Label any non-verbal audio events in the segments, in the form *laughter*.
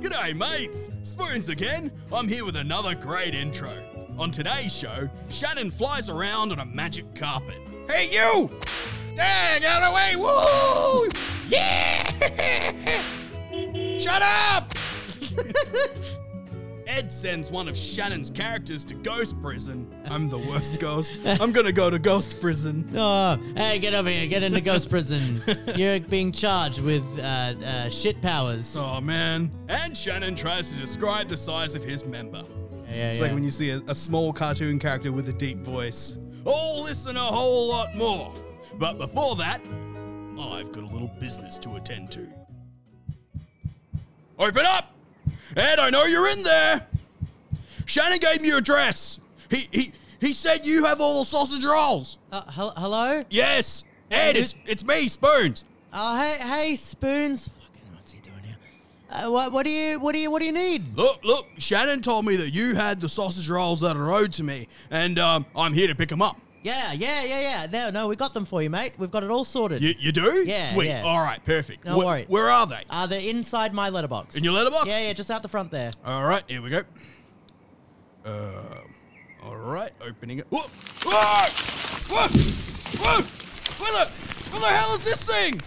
G'day, mates! Spoons again. I'm here with another great intro. On today's show, Shannon flies around on a magic carpet. Hey, you! Dang, out of the way! Woo! Yeah! *laughs* Shut up! Ed sends one of Shannon's characters to ghost prison. I'm the worst ghost. I'm gonna go to ghost prison. Oh, hey, get over here. Get into ghost *laughs* prison. You're being charged with uh, uh, shit powers. Oh man. And Shannon tries to describe the size of his member. Yeah, yeah, It's yeah. like when you see a, a small cartoon character with a deep voice. Oh, listen a whole lot more. But before that, I've got a little business to attend to. Open up! Ed, I know you're in there! Shannon gave me your address. He, he, he said you have all the sausage rolls. Uh, hel- hello? Yes! Ed, it's, it's me, Spoons. Oh, hey, hey, spoons. Fucking, what's he doing here? Uh, what, what do you, what do you, what do you need? Look, look, Shannon told me that you had the sausage rolls that are owed to me, and um, I'm here to pick them up. Yeah, yeah, yeah, yeah. No, no, we got them for you, mate. We've got it all sorted. You, you do? Yeah, Sweet. yeah. All right, perfect. No Wh- worry. Where are they? Uh, they're inside my letterbox. In your letterbox? Yeah, yeah, just out the front there. All right, here we go. Um, all right, opening it. Whoa! Whoa! Whoa! Whoa! Where the, where the hell is this thing?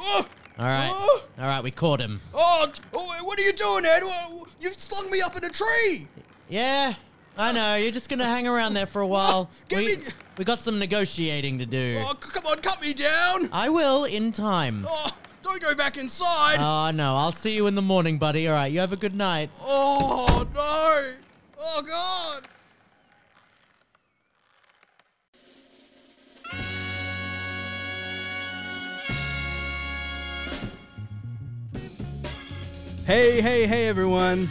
Oh! All right, Oh! all right, we caught him. Oh, t- oh, what are you doing, Ed? Wha- You've slung me up in a tree. Yeah, I know. You're just gonna hang around there for a while. *laughs* Give we, me- we got some negotiating to do. Oh, c- come on, cut me down. I will in time. Oh, don't go back inside. Oh no, I'll see you in the morning, buddy. All right, you have a good night. Oh no! Oh god! Hey, hey, hey, everyone!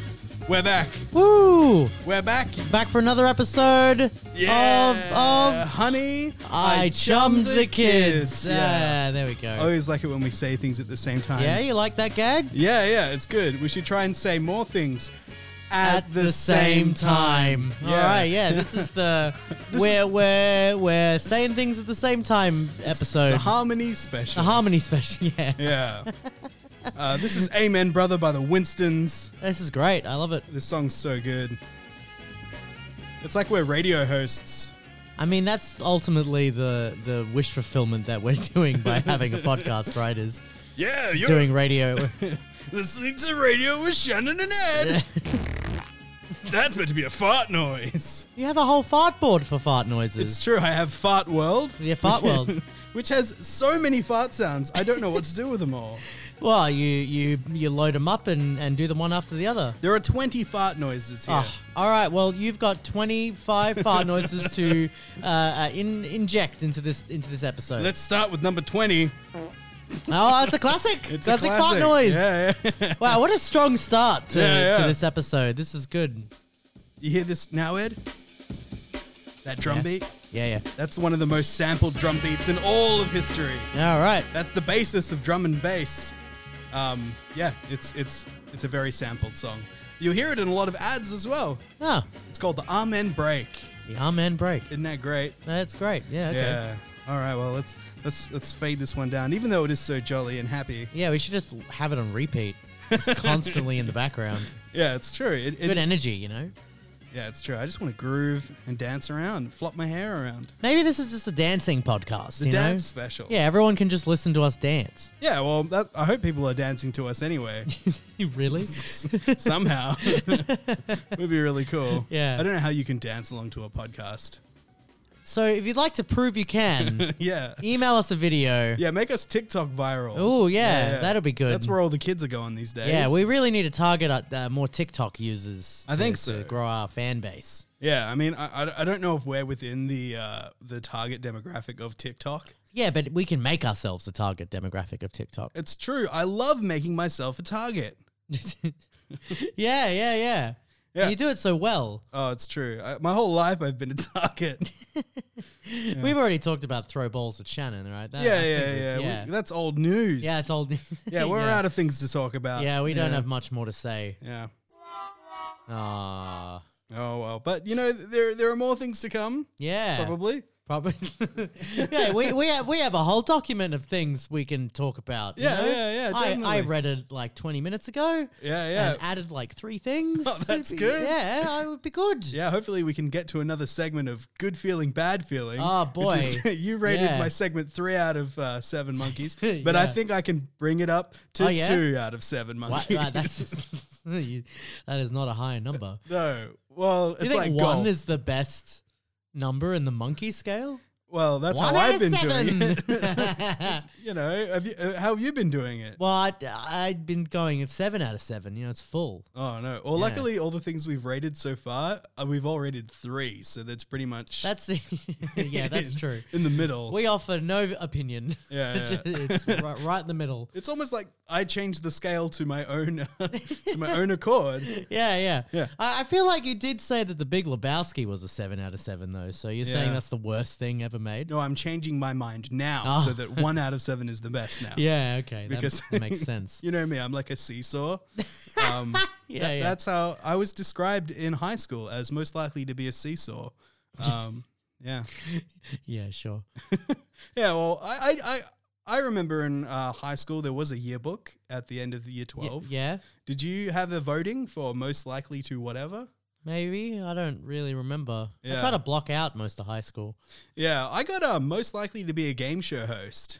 We're back. Woo! We're back. Back for another episode Yeah, of of honey, I, chummed the kids. Yeah. Ah, there we I go. always like it when we say things at the same time. yeah, you like that gag? yeah, yeah. It's good. We should try and say more things at, All right, yeah. This is the we're we're we're saying things at the same time episode. The Harmony Special. The harmony special. *laughs* Yeah. yeah. Uh, this is Amen Brother by the Winstons. This is great. I love it. This song's so good. It's like we're radio hosts. I mean, that's ultimately the the wish fulfillment that we're *laughs* doing by having a podcast, right? Is Yeah, you're doing radio. listening to radio with Shannon and Ed. *laughs* That's meant to be a fart noise. You have a whole fart board for fart noises. It's true. I have Fart World. Yeah, Fart World. *laughs* Which has so many fart sounds. I don't know what to do with them all. well, you you you load them up and and do them one after the other. There are 20 fart noises here. Ah, all right. Well, you've got twenty five fart noises to *laughs* uh, uh, in, inject into this into this episode. Let's start with number 20. oh, it's a classic. *laughs* It's classic a fart classic. noise. Yeah, yeah. Wow, what a strong start to, Yeah, yeah. to this episode. This is good. You hear this now, Ed? That drum beat? Yeah, That's one of the most sampled drum beats in all of history. yeah. All right. That's the basis of drum and bass. Um, yeah, it's it's it's a very sampled song. You'll hear it in a lot of ads as well. Oh, It's called the Amen Break. the amen break. Isn't that great? That's great. Yeah. Okay. Yeah. All right. Well, let's let's let's fade this one down. Even though it is so jolly and happy. Yeah, we should just have it on repeat, just constantly in the background. Yeah, it's true. *laughs* It, Good it, energy, you know. yeah, it's true. I just want to groove and dance around, flop my hair around. Maybe this is just a dancing podcast. The you dance know? special. Yeah, everyone can just listen to us *laughs* dance. Yeah. Well, that, I hope people are dancing to us anyway. *laughs* really? somehow. would be really cool. Yeah. I don't know how you can dance along to a podcast. *laughs* so, if you'd like to prove you can, Yeah. email us a video. Yeah, make us TikTok viral. Oh yeah, that'll be good. That's where all the kids are going these days. yeah, we really need to target uh, uh, more TikTok users. I to- think to so. grow our fan base. Yeah, I mean, I, I, I don't know if we're within the uh, the target demographic of TikTok. Yeah, but we can make ourselves the target demographic of TikTok. It's true. I love making myself a target. yeah, yeah, yeah, Yeah. You do it so well. Oh, it's true. I, my whole life I've been a *laughs* *laughs* target. We've already talked about throw balls at Shannon, right? That- yeah, I yeah, figured, yeah. We- yeah. that's old news. Yeah, it's *laughs* old. yeah, we're out of things to talk about. Yeah, we don't have much more to say. Yeah. Ah, Oh well, but you know there there are more things to come. yeah. Probably. *laughs* Probably. yeah, we, we have we have a whole document of things we can talk about. you Yeah, know? yeah, yeah, I, I definitely. read it like twenty minutes ago. Yeah, yeah. And added like three things. Oh, that's It'd be- good. Yeah, I would be good. Yeah, hopefully we can get to another segment of good feeling, bad feeling. Oh, which is- *laughs* boy. you rated Yeah. my segment three out of uh, *laughs* seven monkeys, but I Yeah. think I can bring it up to Oh, yeah? two out of seven *laughs* Wha- monkeys. wha- that's, *laughs* you- that is not a *laughs* high number. no, well, Do you it's think like one gold. is the best number in the monkey scale? well, that's one how out I've of been seven. *laughs* doing it. *laughs* you know, have you? Uh, how have you been doing it? well, I, I'd been going at seven out of seven. You know, it's full. oh no! Well, Yeah. luckily, all the things we've rated so far, uh, we've all rated three, so that's pretty much *laughs* That's *laughs* yeah, that's true. in the middle. We offer no opinion. *laughs* Yeah, yeah. it's right, right in *laughs* the middle. it's almost like I changed the scale to my own uh, *laughs* to my own accord. Yeah, yeah, Yeah. I, I feel like you did say that the Big Lebowski was a seven out of seven, though. So you're saying Yeah. that's the worst thing ever made? No, I'm changing my mind now Oh. so that one out of seven is the best *laughs* now. Yeah, okay, that, Because- *laughs* that makes sense. You know me, I'm like a seesaw. Um, Yeah, that- yeah. That's how I was described in high school as most likely to be a *laughs* seesaw. Um, yeah. yeah, sure. Yeah, well, I, I, I, I remember in uh, high school there was a yearbook at the end of the year Y- 12. yeah, Did you have a voting for most likely to whatever? maybe. I don't really remember. I Yeah. try to block out most of high school. Yeah, I got uh, most likely to be a game show host.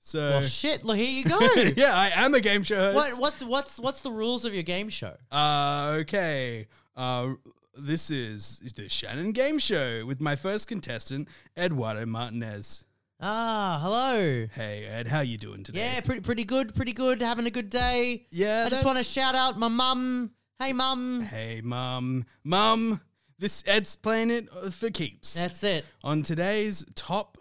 So, *laughs* Well, shit. Look, here you go. yeah, I am a game show host. what, what's what's what's the rules of your game show? Uh, okay. Uh, this is the Shannon Game Show with my first contestant, Eduardo Martinez. Ah, hello. Hey, Ed, how you doing today? Yeah, pretty pretty good, pretty good. Having a good day. yeah. I just want to Uh, that's- shout out my mum. Hey, mum. hey, mum, mum. This Ed's playing it uh, for keeps. That's it. On today's top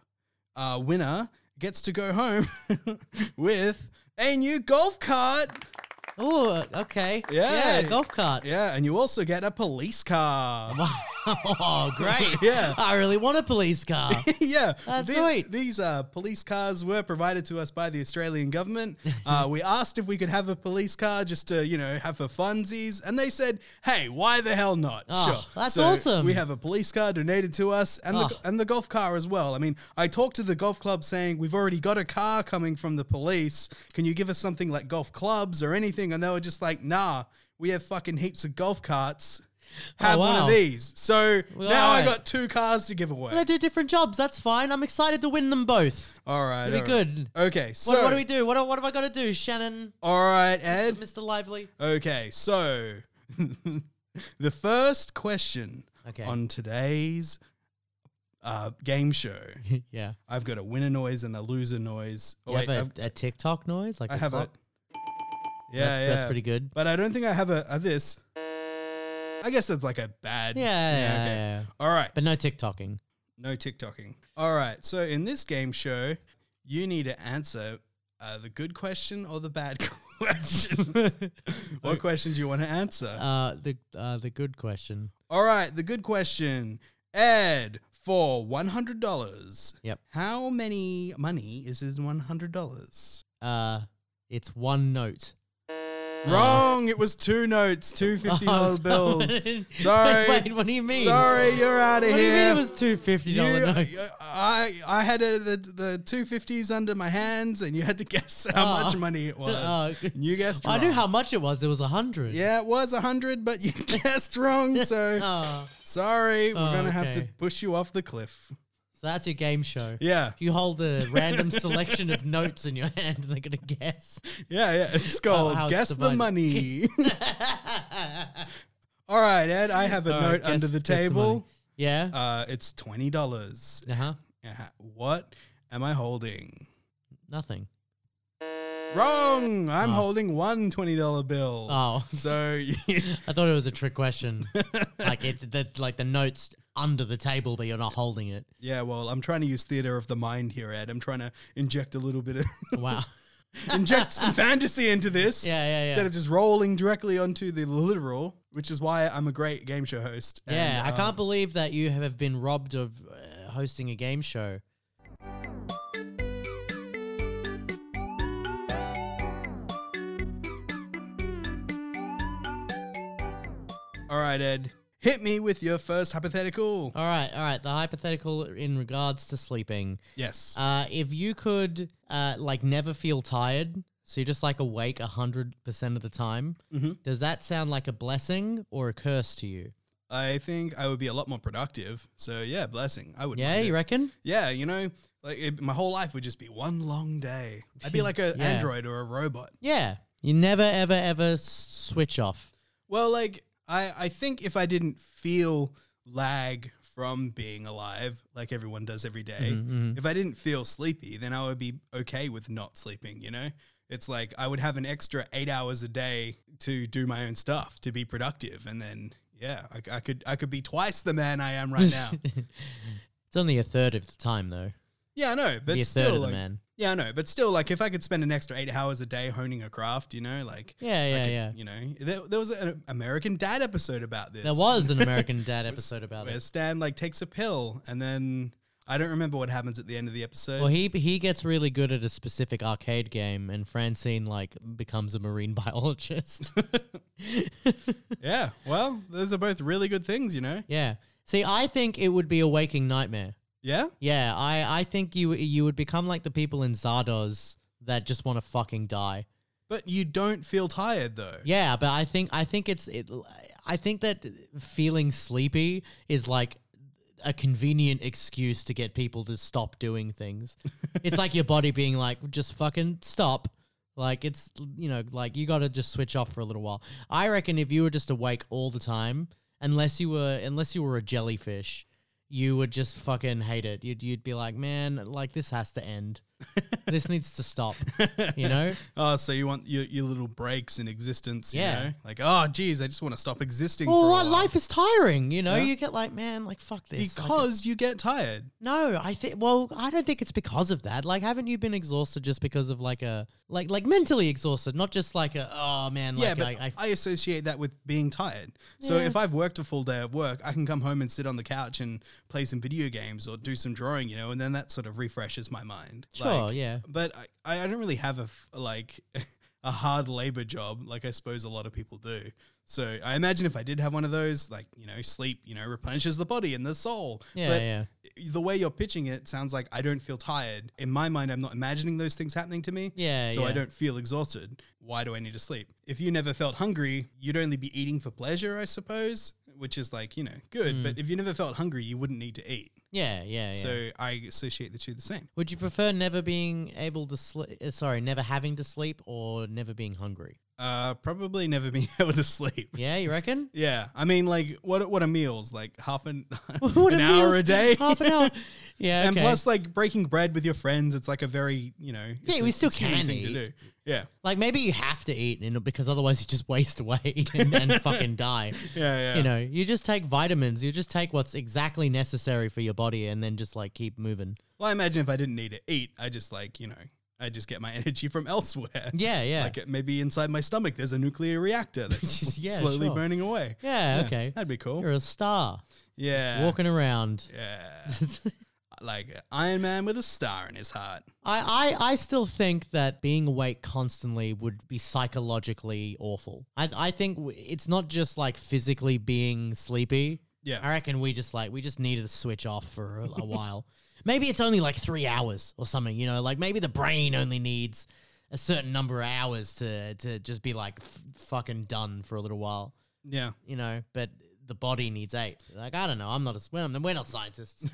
uh, winner gets to go home *laughs* with a new golf cart. Oh, okay. Yeah. Yeah, golf cart. Yeah, and you also get a police car. *laughs* oh, great. *laughs* Yeah. I really want a *laughs* police car. yeah, That's the- right. These uh, police cars were provided to us by the Australian *laughs* government. Uh, we asked if we could have a police car just to, you know, have for funsies, and they said, "Hey, why the hell not?" Oh, that's awesome. We have a police car donated to us, and Oh. the and the golf car as well. I mean, I talked to the golf club saying we've already got a car coming from the police. Can you give us something like golf clubs or anything? And they were just like, "Nah, we have fucking heaps of golf carts." Have one Oh, wow. of these. So Well, now I alright. got two cars to give away. they do different jobs. That's fine. I'm excited to win them both. All right. It'll be all right. good. Okay. So, What, what do we do? What, do- what have I got to do, Shannon? All right, Ed. Mr. Lively? Okay. So, *laughs* the first question Okay. on today's uh, game show *laughs* yeah. I've got a winner noise and a loser noise. Oh, You wait. have I've, a, a TikTok noise? Like I a have it. clock? Yeah, that's, yeah. that's pretty good. But I don't think I have a, a this. I guess that's like a bad. Yeah, yeah, yeah, okay. yeah. All right. But no *laughs* TikToking. *laughs* No TikToking. All right. So in this game show, you need to answer uh, the good question or the bad *laughs* question. what question do you want to answer? Uh, the uh, the good question. All right. The good question. Ed, for $100. Yep. How many money is in $100? Uh, it's one note. Wrong. It was two notes, two *laughs* Oh, $50 bills. Sorry. Sorry. *laughs* Wait, what do you mean? Sorry, you're out of What do you here. mean it was two fifty You- uh, dollar notes? I I had uh the the two fifties under my hands, and you had to *laughs* guess how Oh. much money *laughs* it was. Oh, okay. And you guessed. I Wrong. knew how much it was. It was a hundred. Yeah, it was a hundred, but *laughs* you guessed wrong. So Oh, sorry, we're Oh, gonna have to okay. push you off the cliff. so that's your game show. Yeah, You hold a random selection of notes in your hand, *laughs* and they're gonna guess. yeah, yeah. It's called how it's guess the divided. *laughs* money. All right, Ed. I have a All right, note guess- under the guess money. table. yeah. uh, it's twenty dollars. Uh huh. What am I holding? Nothing. Wrong. Ah. I'm holding one twenty dollar bill. Oh, *laughs* *laughs* So I thought it was a trick *laughs* question. like it's the, like the notes under the table, but you're not holding it. yeah, well, I'm trying to use theater of the mind here, Ed. I'm trying to inject a little bit of *laughs* Wow. *laughs* inject some fantasy into this. Yeah, yeah, yeah. Instead of just rolling directly onto the literal, which is why I'm a great game show host. and, Yeah, I um, can't believe that you have been robbed of uh, hosting a game show. All right, Ed. Hit me with your first hypothetical. All right, all right. The hypothetical in regards to sleeping. yes. Uh, if you could, uh, like, never feel tired, so you're just like awake hundred percent of the time, Mhm. does that sound like a blessing or a curse to you? I think I would be a lot more productive. So yeah, blessing. I would. yeah, mind you it. reckon? Yeah, you know, like it, my whole life would just be one long day. I'd *laughs* be like an Yeah. android or a robot. Yeah, you never, ever, ever s- switch off. Well, like I, I think if I didn't feel lag from being alive, like everyone does every day, Mhm, mhm. if I didn't feel sleepy, then I would be okay with not sleeping. You know, it's like I would have an extra eight hours a day to do my own stuff to be productive, and then yeah, I, I could I could be twice the man I am right *laughs* now. it's only a third of the time, though. yeah, I know, Be but a still, third of the like, man. yeah, I know, but still, like if I could spend an extra eight hours a day honing a craft, you know, like. Yeah, yeah, could- yeah. You know, there, there was an American Dad episode about this. There was *laughs* an American Dad episode about where it. Stan like takes a pill and then I don't remember what happens at the end of the episode. Well, he he gets really good at a specific arcade game, and Francine like becomes a marine *laughs* biologist. yeah, well, those are both really good things, you know. yeah. See, I think it would be a waking nightmare. Yeah, Yeah, I, I think you you would become like the people in Zardoz that just want to fucking die. but you don't feel tired though. Yeah, but I think I think it's it, I think that feeling sleepy is like a convenient excuse to get people to stop doing things. it's like your body being like just fucking stop. Like it's you know like you got to just switch off for a little while. I reckon if you were just awake all the time, unless you were unless you were a jellyfish, you would just fucking hate it. You'd you'd be like, "Man, like this has to end. this needs to stop." You know? Oh, so you want your, your little breaks in existence? You Yeah. know? Like, oh, geez, I just want to stop existing. Well, for a like, while. life is tiring, you know. Yeah. You get like, man, like fuck this. Like, because you get tired. no, I think. Well, I don't think it's because of that. Like, haven't you been exhausted just because of like a like like mentally exhausted, not just like a oh man, like yeah, but I, I, I, associate that with being tired. So Yeah. if I've worked a full day of work, I can come home and sit on the couch and play some video games or do some drawing, you know, and then that sort of refreshes my mind. sure, Like, yeah, But I, I don't really have a f- like *laughs* a hard labor job, like I suppose a lot of people do. So I imagine if I did have one of those, like you know, sleep, you know, replenishes the body and the soul. yeah, but yeah, The way you're pitching it sounds like I don't feel tired. In my mind, I'm not imagining those things happening to me yeah. so I Uh, yeah. don't feel exhausted. Why do I need to sleep? If you never felt hungry, you'd only be eating for pleasure, I suppose, which is like, you know, good. Mm. But if you never felt hungry, you wouldn't need to eat. Yeah, yeah, yeah. So I associate the two the same. would you prefer never being able to sleep? Uh, sorry, never having to sleep or never being hungry? Uh, probably never *laughs* being able to sleep. Yeah, *laughs* you reckon? *laughs* Yeah, I mean, like, what what are meals? Like half an *laughs* What an hour meal's- a day, *laughs* half *laughs* an hour. Yeah, and okay. plus like breaking bread with your friends. It's like a very you know it's Yeah, a- we still it's a human can thing to eat. do. Yeah, Like maybe you have to eat, and because otherwise you just waste *laughs* away and, and *laughs* fucking die. yeah, yeah. You know, you just take vitamins. You just take what's exactly necessary for your body, and then just like keep moving. Well, I imagine if I didn't need to eat, I just like you know, I just get my *laughs* energy from elsewhere. Yeah, yeah, Like it, maybe inside my stomach, there's a nuclear *laughs* reactor that's Yeah, slowly sure. burning away. yeah, Yeah, Okay, that'd be cool. you're a star yeah, walking around. *laughs* yeah, like Iron Man with a star in his heart. I, I, I still think that being awake constantly would be psychologically awful. I, I think w- it's not just like physically being sleepy. Yeah, I reckon we just like we just needed to switch off for a, a while. *laughs* Maybe it's only like three hours or something. You know, like maybe the brain only needs a certain number of hours to to just be like f- fucking done for a little while. yeah. You know, but the body needs eight. Like I don't know. I'm not a we're not, we're *laughs* not scientists.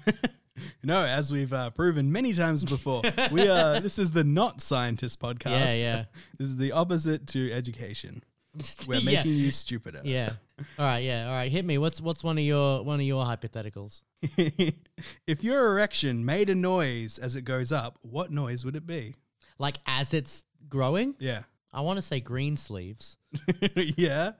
No, as we've uh, proven many times *laughs* before, we are. This is the not scientist yeah, podcast. *laughs* yeah, *laughs* This is the opposite to education. *laughs* We're making you stupider. yeah. yeah. All right, yeah. All right, hit me. What's what's one of your one of your hypotheticals? *laughs* if your erection made a noise as it goes up, what noise would it be? Like as it's growing, Yeah. *laughs* I want to say green sleeves. yeah.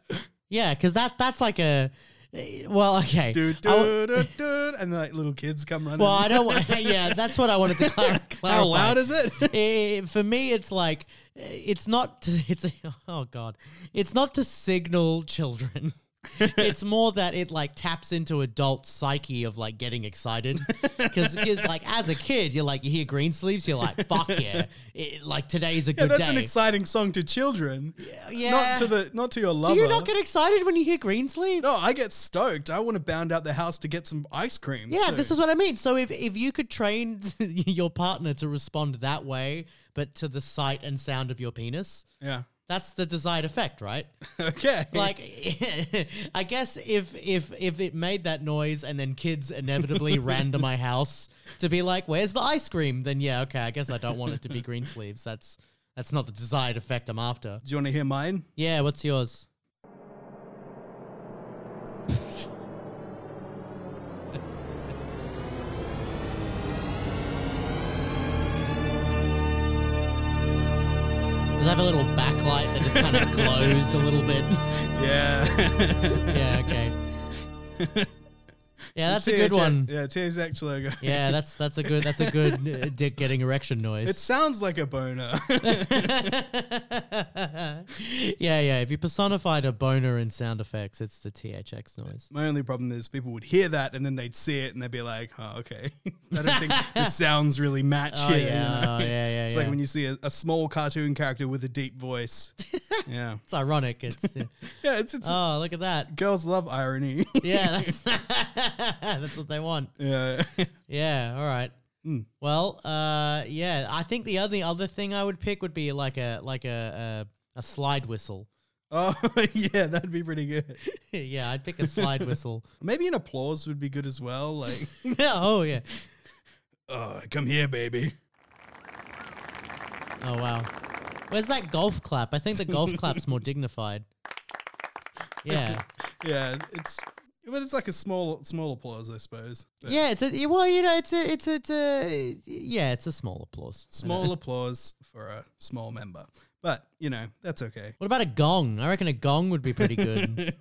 Yeah, because that that's like a eh, well, okay. Do, I wa- do, do, do, and like little kids come running. Well, I don't. Want, *laughs* yeah, that's what I wanted to clar- *laughs* clarify. How loud is it? Eh, for me, it's like *laughs* *laughs* eh, it's not. To, it's oh god, it's not to signal children. it's more that it like taps into adult psyche of like getting *laughs* excited because like as a kid you're like you hear green sleeves you're like *laughs* fuck yeah it, like today's a *laughs* Yeah, good that's day an exciting song to children. yeah. Not to the not to your lover. do you not get excited when you hear green sleeves no, I get stoked. I want to bound out the house to get some ice cream. yeah too. this is what i mean so if, if you could train *laughs* your partner to respond that way but to the sight and sound of your penis Yeah. *laughs* that's the desired effect right Okay. like *laughs* i guess if if if it made that noise and then kids inevitably ran to my house to be like where's the ice cream then yeah okay i guess i don't want it to be green *laughs* sleeves that's that's not the desired effect i'm after Do you want to hear mine? yeah what's yours Does it have a little backlight that just kind of glows a little bit? Yeah. yeah, okay. Yeah, that's a THX good one. Yeah, *laughs* THX logo. Yeah, that's that's a good that's a good uh, dick getting erection noise. *laughs* It sounds like a boner. *laughs* *laughs* yeah, yeah. If you personified a boner in sound effects, it's the THX *laughs* noise. My only problem is people would hear that and then they'd see it and they'd be like, oh, okay. *laughs* I don't *laughs* think the sounds really match Oh here. yeah, you know? oh, yeah, yeah. It's yeah. like when you see a, a small cartoon character with a deep *laughs* voice. yeah. it's ironic. *laughs* It's Yeah, it's, it's oh, look at that. girls love *laughs* irony. Yeah, that's *laughs* that's what they want. yeah. *laughs* Yeah, all right. Hmm. Well, uh, yeah, I think the only other thing I would pick would be like a like a a, a slide whistle. *laughs* Oh, *laughs* yeah, that'd be pretty good. yeah, I'd pick a slide whistle. *laughs* Maybe an applause would be good as well. Like, *laughs* oh yeah. oh, come here, baby. Oh wow. Where's that golf clap? I think the golf clap's more dignified. Yeah. Yeah, it's but it's like a small small applause, I suppose. But Yeah, it's a well, you know, it's a it's a, it's a yeah, it's a small applause. I *laughs* know. Small applause for a small member. But, you know, that's okay. *laughs* What about a gong? I reckon a gong would be pretty good.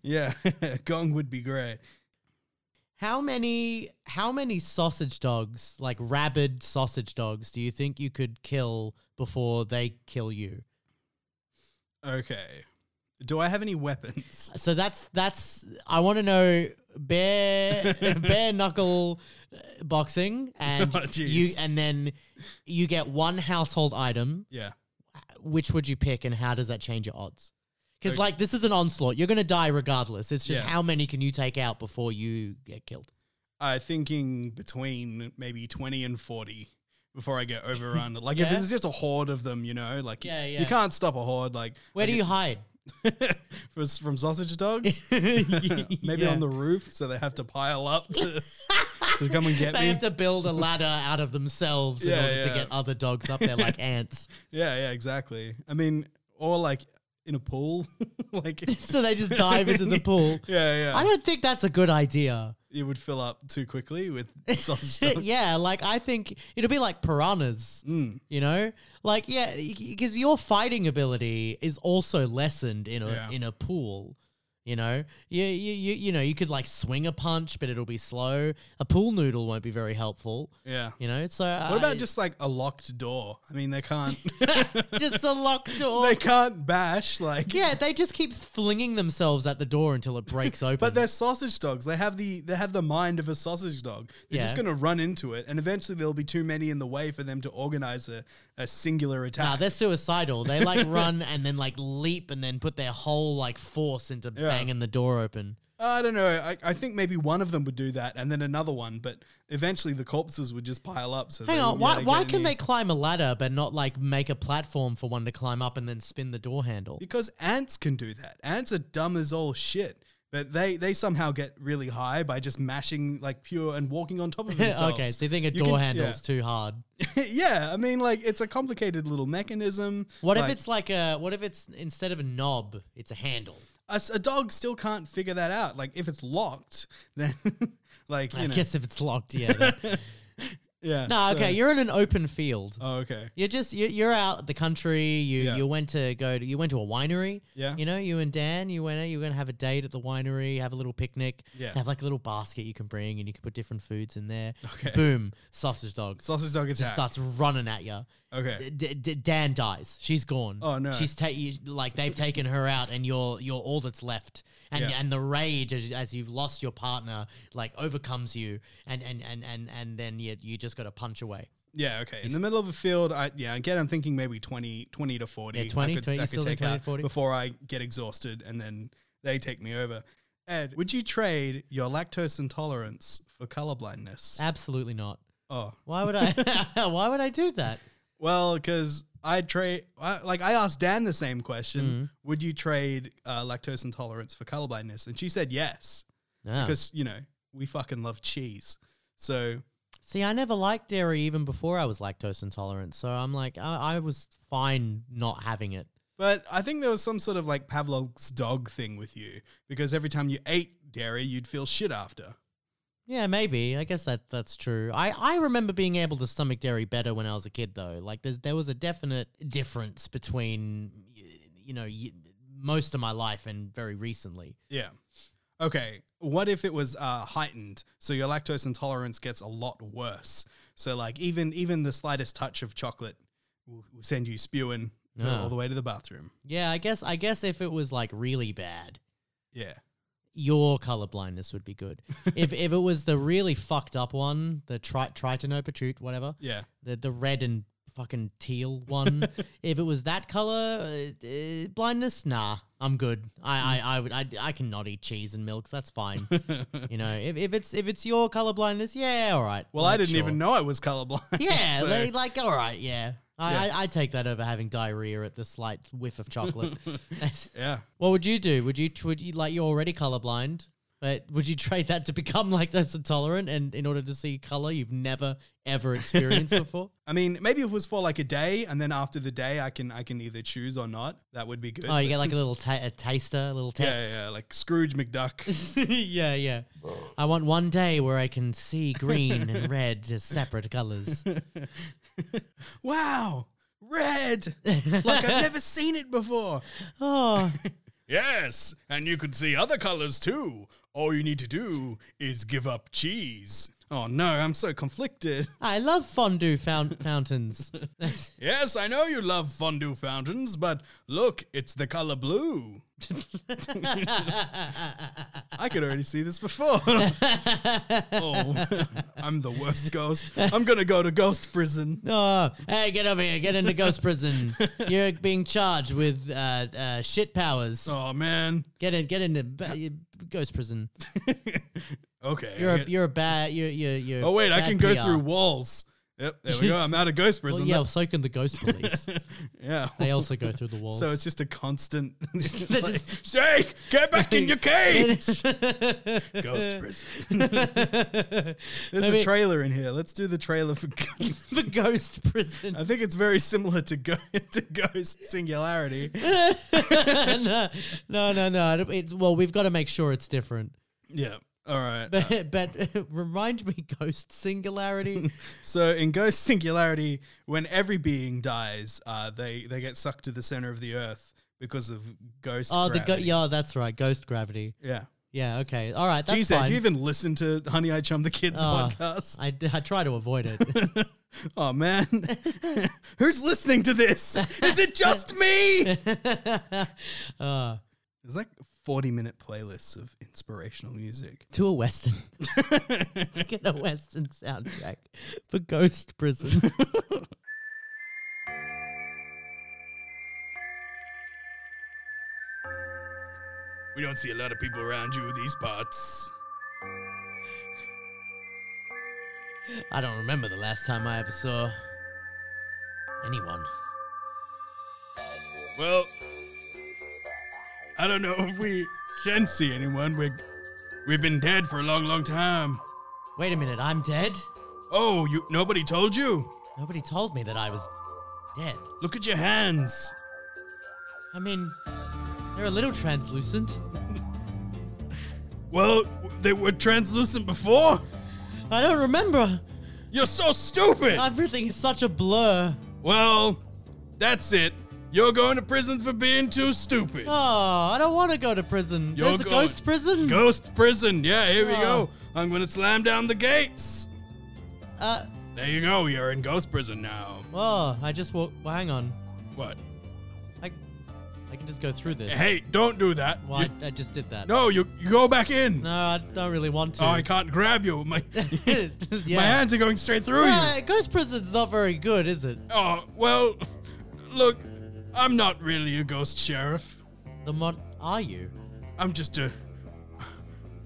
yeah, *laughs* gong would be great. How many how many sausage dogs, like rabid sausage dogs, do you think you could kill before they kill you? Okay. Do I have any *laughs* weapons? So that's that's I want to know *laughs* bare bare knuckle uh, boxing and Oh, you jeez. and then you get one household item. Yeah. Which would you pick and how does that change your odds? Because Okay. like this is an onslaught, you're gonna die regardless. It's just Yeah. how many can you take out before you get killed? I'm uh, thinking between maybe 20 and 40 before I get *laughs* overrun. Like, Yeah? if it's just a horde of them, you know, like, Yeah, yeah. you can't stop a horde. Like, Where do you hide? *laughs* from, from sausage dogs? *laughs* maybe Yeah. on the roof, so they have to pile up to, to come and get *laughs* They me. have to build a ladder out of themselves in Yeah, order to yeah. get other dogs up *laughs* there like ants. yeah, yeah, exactly. I mean, or like in a pool. *laughs* *laughs* like, So they just dive *laughs* into the pool. yeah, yeah. I don't think that's a good idea. it would fill up too quickly with *laughs* *laughs* sausage dogs. Mm, yeah, like I think it'll be like piranhas, you know? Like yeah, because your fighting ability is also lessened in a Yeah. in a pool. You know, you, you you you know you could like swing a punch, but it'll be slow. A pool noodle won't be very helpful. Yeah. You know, so What about just like a locked door? I mean, they can't *laughs* *laughs* just a locked door? they can't bash like. Yeah, they just keep flinging themselves at the door until it breaks open. *laughs* But they're sausage dogs. They have the they have the mind of a sausage dog. They're just Yeah. going to run into it, and eventually there'll be too many in the way for them to organize a, a singular Nah, attack. they're suicidal. They like *laughs* run and then like leap and then put their whole like force into banging the door open. I don't know. I, I think maybe one of them would do that, and then another one. But eventually the corpses would just pile up. So Hang they on, wouldn't be able why to why get can any- they climb a ladder but not like make a platform for one to climb up and then spin the door handle? Because ants can do that. Ants are dumb as all shit. But they, they somehow get really high by just mashing like pure and walking on top of themselves. *laughs* *laughs* okay, so you think a can- door handle's yeah. *laughs* too hard? yeah, I mean, like it's a complicated little mechanism. What Like, if it's like a what if it's instead of a knob, it's a handle? a, s- a dog still can't figure that out? Like if it's locked, *laughs* then like you I know, *laughs* guess if it's locked, yeah. that- Yeah. No, so- okay, you're in an open field. Oh, okay. You're just you- you're out the country. You Yeah. you went to go to, you went to a winery. Yeah. You know, you and Dan, you went out, you were gonna have a date at the winery, have a little picnic. Yeah. They have like a little basket you can bring, and you can put different foods in there. Okay. Boom! Sausage dog Sausage dog just attack. starts running at you. Okay. D- D- Dan dies. She's gone. Oh, no. She's ta- you, like they've taken her out, and you're you're all that's left. And Yeah. and the rage as, as you've lost your partner like overcomes you, and and and and and then you you just got to punch away. Yeah, okay. In the middle of a field, I yeah, again, I'm thinking maybe 20, 20 to 40. Yeah, I 20, could, I 20, you could still think take out 20 to 40? Before I get exhausted and then they take me over. Ed, would you trade your lactose intolerance for colorblindness? Absolutely not. oh, Why would I? *laughs* why would I do that? well, because I trade, I- like, I asked Dan the same question Mm. Would you trade uh, lactose intolerance for colorblindness? And she said yes, No. because, you know, we fucking love cheese. So, See, I never liked dairy even before I was lactose intolerant, so I'm like, I, I was fine not having it. But I think there was some sort of like Pavlov's dog thing with you because every time you ate dairy, you'd feel shit after. Yeah, maybe. I guess that that's true. I, I remember being able to stomach dairy better when I was a kid, though. Like, there's there was a definite difference between, y- you know, y- most of my life and very recently. Yeah. Okay. What if it was uh, heightened? So your lactose intolerance gets a lot worse. So like even even the slightest touch of chocolate will, will send you spewing uh, Ah. all the way to the bathroom. Yeah, I guess I guess if it was like really bad, Yeah. your color blindness would be good. if if it was the really fucked up one, the tri- tritonopatute, whatever, Yeah. the the red and fucking teal *laughs* one. if it was that color, uh, uh, blindness, nah, I'm good. I, I I would I I can not eat cheese and milk. That's *laughs* fine. you know, if, if it's if it's your color blindness, yeah, all right. Well, I Like, didn't sure. even know I was colorblind. *laughs* Yeah, so- like, like, all right, yeah. I, Yeah. I, I take that over having diarrhea at the slight whiff of chocolate. *laughs* That's- yeah. what would you do? Would you would you like you're already colorblind, but would you trade that to become *laughs* lactose intolerant and in order to see color you've never ever *laughs* experienced before? I mean, maybe if it was for like a day, and then after the day, I can I can either choose or not. That would be good. Oh, you get But like a since- little ta- a taster, a little *laughs* yeah, test. yeah, like Scrooge McDuck. *laughs* Yeah, yeah. I want one day where I can see green and red as separate *laughs* colors. wow, *laughs* red! Like I've never seen it before. Oh, Yes, and you could see other colors too. All you need to do is give up cheese. Oh no, I'm so conflicted. I love fondue fount- *laughs* fountains. Yes, I know you love fondue fountains, but look, it's the color blue. I could already see this *laughs* before. oh, I'm the worst ghost. I'm gonna go to ghost prison. Oh, hey, get over here. Get into ghost prison. You're being charged with uh, uh, shit powers. Oh man. Get in, get into ba- ghost prison. Okay. I You're a, get- you're a bad. You're you're you're. oh wait, I bad can go PR. through walls. Yep, there we go. I'm out of ghost Well, prison. yeah, so can the *laughs* ghost police. yeah. they also go through the walls. So it's just a constant. *laughs* *laughs* They're just- Jake, get back in your cage! Ghost prison. *laughs* There's Maybe- a trailer in here. Let's do the trailer for. *laughs* *laughs* the ghost prison. I think it's very similar to go *laughs* to Ghost Singularity. *laughs* no, no, no, no. It- It's, well, we've got to make sure it's different. *laughs* Yeah. All right. But, but *laughs* remind me, ghost *laughs* singularity. So in Ghost Singularity, when every being dies, uh, they they get sucked to the center of the earth because of ghost. oh, the go- gravity. yeah, that's right, ghost gravity. yeah. Yeah, okay, all right, that's Geez, Ed, fine. do you even listen to Honey I Chum the Kids Oh, podcast? I, d- I try to avoid it. *laughs* oh man, *laughs* who's listening to this? Is it *laughs* just me? uh, There's like 40 minute playlists of inspirational music. to a western, *laughs* get a western soundtrack for Ghost Prison. We don't see a lot of people around you these parts. *laughs* I don't remember the last time I ever saw anyone. Well, I don't know if we can see anyone. We we've been dead for a long, long time. Wait a minute, I'm dead. Oh, you nobody told you? Nobody told me that I was dead. Look at your hands. I mean, they're a little translucent. Well, they were translucent before. I don't remember. You're so stupid! Everything is such a blur. well, that's it. You're going to prison for being too stupid. Oh, I don't want to go to prison. You're There's a going- ghost prison. Ghost prison. Yeah, here we Oh. go. I'm going to slam down the gates. uh, There you go. You're in ghost prison now. oh, I just walk. Well, hang on. What? I, I can just go through this. Hey, don't do that. Well, You- I, I just did that. no, you, you go back in. No, I don't really want to. Oh, *laughs* I can't grab you. My, yeah. my hands are going straight through you. Uh, ghost prison's not very good, is it? Oh, well, look, I'm not really a ghost sheriff. The mod are you? I'm just a.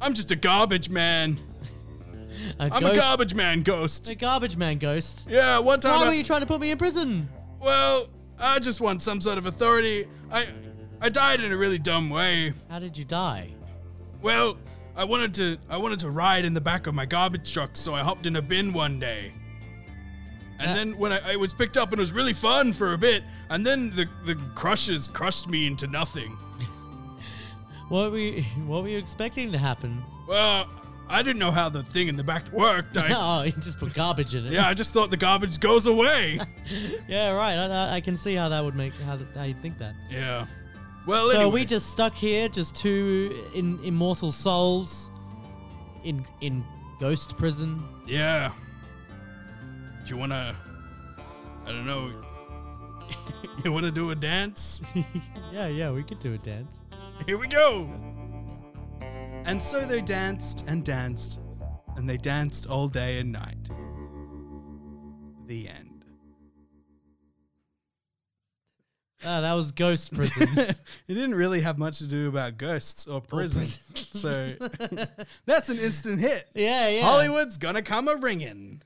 I'm just a garbage man. A I'm a ghost- garbage man ghost. a garbage man ghost. Yeah, one time. Why I- were you trying to put me in prison? Well, I just want some sort of authority. I I died in a really dumb way. How did you die? Well, I wanted to I wanted to ride in the back of my garbage truck, so I hopped in a bin one day. And Uh- then when I, I was picked up and it was really fun for a bit, and then the the crushes crushed me into nothing. What were you, *laughs* what were you expecting to happen? Well, I didn't know how the thing in the back worked. *laughs* I, oh, you just put garbage in it. yeah, I just thought the garbage goes *laughs* away. Yeah, right. I- I, I can see how that would make how, th- how you'd think that. Yeah. Well, So are anyway. we just stuck here, just two in, immortal souls in in ghost prison. Yeah. Do you wanna? I don't know. *laughs* you wanna do a dance? yeah, yeah, we could do a dance. Here we go. And so they danced and danced, and they danced all day and night. The end. *laughs* Ah, that was ghost *laughs* prison. *laughs* it didn't really have much to do about ghosts or prison. so *laughs* that's an instant hit. yeah, yeah. Hollywood's gonna come a ringing.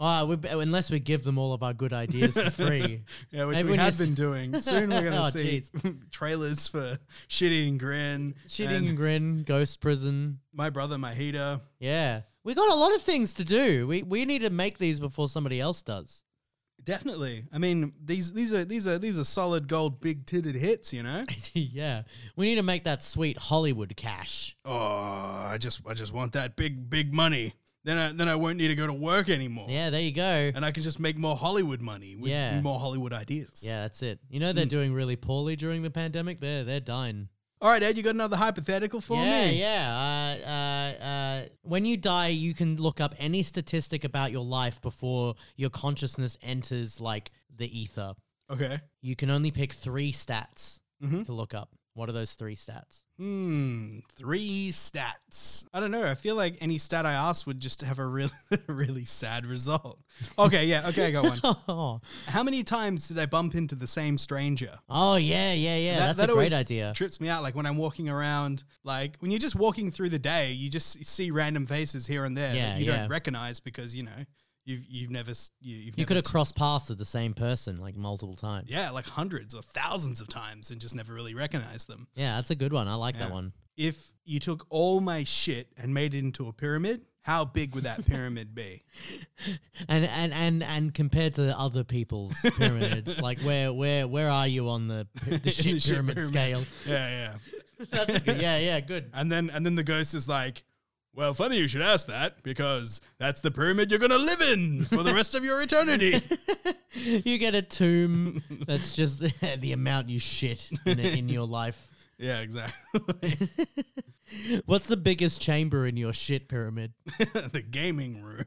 Ah, we, unless we give them all of our good ideas *laughs* for free. Yeah, which Maybe we when you have s- been *laughs* doing. Soon we're gonna Oh, see *laughs* trailers for Shitty and Grin, Shitting and and grin, ghost prison. My Brother Mahita. Yeah, we got a lot of things to do. We we need to make these before somebody else does. Definitely. I mean, these these are these are these are solid gold, big titted hits. You know. *laughs* yeah, we need to make that sweet Hollywood cash. Oh, I just I just want that big big money. Then I then I won't need to go to work anymore. Yeah, there you go. And I can just make more Hollywood money with Yeah. more Hollywood ideas. Yeah, that's it. You know Hmm. they're doing really poorly during the pandemic. They're they're dying. All right, Ed, you got another hypothetical for yeah, me? yeah. Uh, uh, uh, when you die, you can look up any statistic about your life before your consciousness enters like the ether. Okay. You can only pick three stats Mhm. to look up. What are those three stats? *laughs* Hmm. Three stats. I don't know. I feel like any stat I asked would just have a really, *laughs* really sad result. Okay. Yeah. Okay. I got *laughs* one. oh How many times did I bump into the same stranger? yeah, yeah, yeah. That- that's that a great always idea. Trips me out. Like when I'm walking around, like when you're just walking through the day, you just see random faces here and there Yeah, that you yeah. don't recognize because you know you've you've never s- you, you've you never could have t- crossed paths with the same person like multiple times. yeah like hundreds or thousands of times and just never really recognized them. Yeah, that's a good one. I like that Yeah. one. If you took all my shit and made it into a pyramid, how big would that pyramid *laughs* be? And and and and compared to other *laughs* people's pyramids, like where where where are you on the p- *laughs* the shit the shit pyramid pyramid. scale? yeah, yeah. *laughs* That's a good, yeah, yeah, good. And then and then the ghost is like, "Well, funny you should ask that because that's the pyramid you're gonna live in for the rest of your *laughs* eternity." You get a tomb that's just *laughs* the amount you shit in, it, in your life. *laughs* Yeah, exactly. *laughs* What's the biggest chamber in your shit pyramid? *laughs* the gaming room.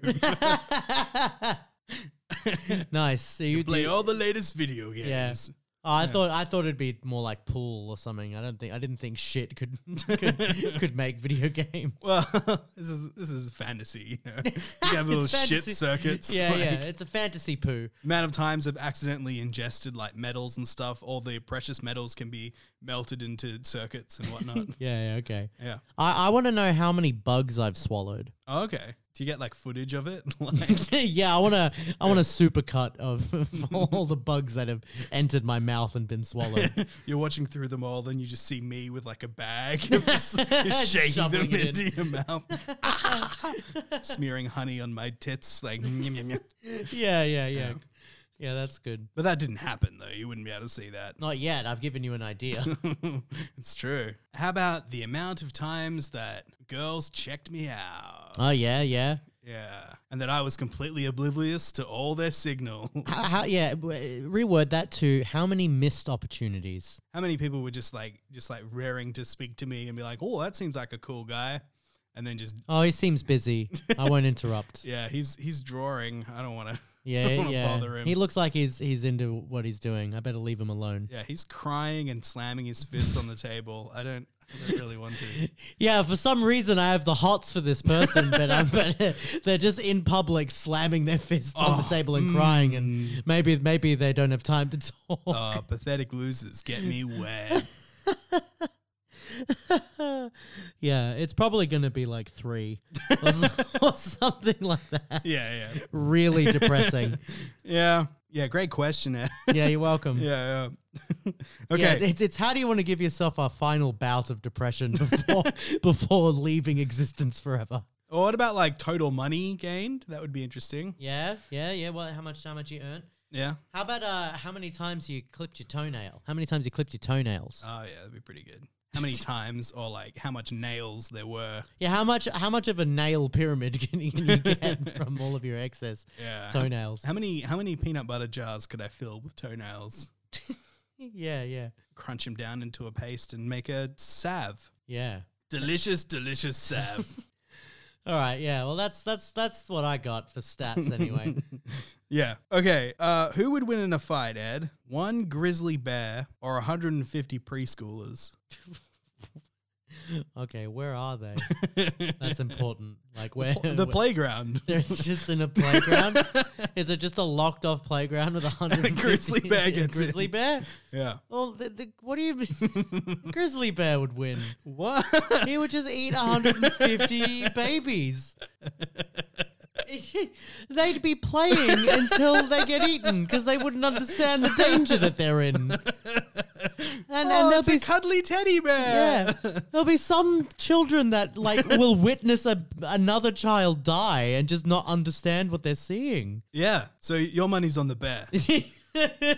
nice. So you, do Play you- all the latest video games. Yeah. *laughs* Oh, I thought I thought it'd be more like pool or something. I don't think I didn't think shit could *laughs* could, could make video games. Well, *laughs* this is this is fantasy. *laughs* You, know? *laughs* you have little It's shit fantasy. circuits. Yeah, like, yeah. It's a fantasy poo. Amount of times I've accidentally ingested like metals and stuff. All the precious metals can be melted into circuits and *laughs* whatnot. Yeah, yeah, okay. yeah. I, I want to know how many bugs I've swallowed. *laughs* Oh, okay. Do you get like footage of it? *laughs* like, yeah, I want to. I want a supercut of, *laughs* of all the bugs that have entered my mouth and *laughs* been swallowed. you're watching through them all, then you just see me with like a bag, *laughs* of just, just shaking Shoveling them it into your *laughs* mouth, smearing honey on my tits, like. *laughs* nyum, nyum, nyum. yeah, yeah, yeah. Yeah, that's good. But that didn't happen though. You wouldn't be able to see that. Not yet. I've given you an idea. *laughs* *laughs* it's true. How about the amount of times that girls checked me out? oh yeah, yeah. Yeah. And that I was completely oblivious to all their signals. *laughs* How, how, yeah, w- reword that to how many missed opportunities. How many people were just like just like raring to speak to me and be like, "Oh, that seems like a cool guy." And then just Oh, he seems busy. I *laughs* won't interrupt. yeah, he's he's drawing. I don't want to Yeah, don't wanna yeah. bother him. He looks like he's he's into what he's doing. I better leave him alone. Yeah, he's crying and slamming his fist on the table. I don't, I don't really want *laughs* to. Yeah, for some reason I have the hots for this person, but, *laughs* i but they're just in public slamming their fists on Oh, the table and crying, mm. and maybe maybe they don't have time to talk. Oh, pathetic losers get me wet. Oh. *laughs* yeah, it's probably gonna be like three or, so- *laughs* or something like that. Yeah, yeah, Really depressing. yeah, yeah. Great question. eh? *laughs* yeah, you're welcome. yeah, yeah. *laughs* Yeah, okay. it's, it's how do you want to give yourself a final bout of depression before *laughs* before leaving existence forever? Well, what about like total money gained? That would be interesting. Yeah, yeah, yeah. Well, how much how much you earn? Yeah. How about uh, how many times you clipped your toenail? How many times you clipped your toenails? Oh, yeah, that'd be pretty good. How *laughs* many times or like how much nails there were? yeah, how much how much of a nail pyramid *laughs* can you, can you get from all of *laughs* your excess Yeah. toenails? How many how many peanut butter jars could I fill with toenails? yeah, yeah, Crunch them down into a paste and make a salve. yeah. Delicious, delicious salve. *laughs* All right, yeah. Well, that's that's that's what I got for stats anyway. *laughs* Yeah. Okay. Uh, who would win in a fight, Ed? One grizzly bear or 150 *laughs* preschoolers? okay, where *laughs* are they? That's important. Like where the where- playground. *laughs* They're just in a playground. Is it just a locked off playground with *laughs* a hundred Grizzly *laughs* bear gets in. grizzly bear? *laughs* Yeah. Well, the, the, what do you? *laughs* grizzly bear would win. What? He would just eat 150 babies. *laughs* They'd be playing until they get eaten because they wouldn't understand the danger that they're in. And, and oh, there'll it's be a s- cuddly teddy yeah, bear. there'll be some children that like will witness a, another child die and just not understand what they're seeing. *laughs* Yeah. So your money's on the bear.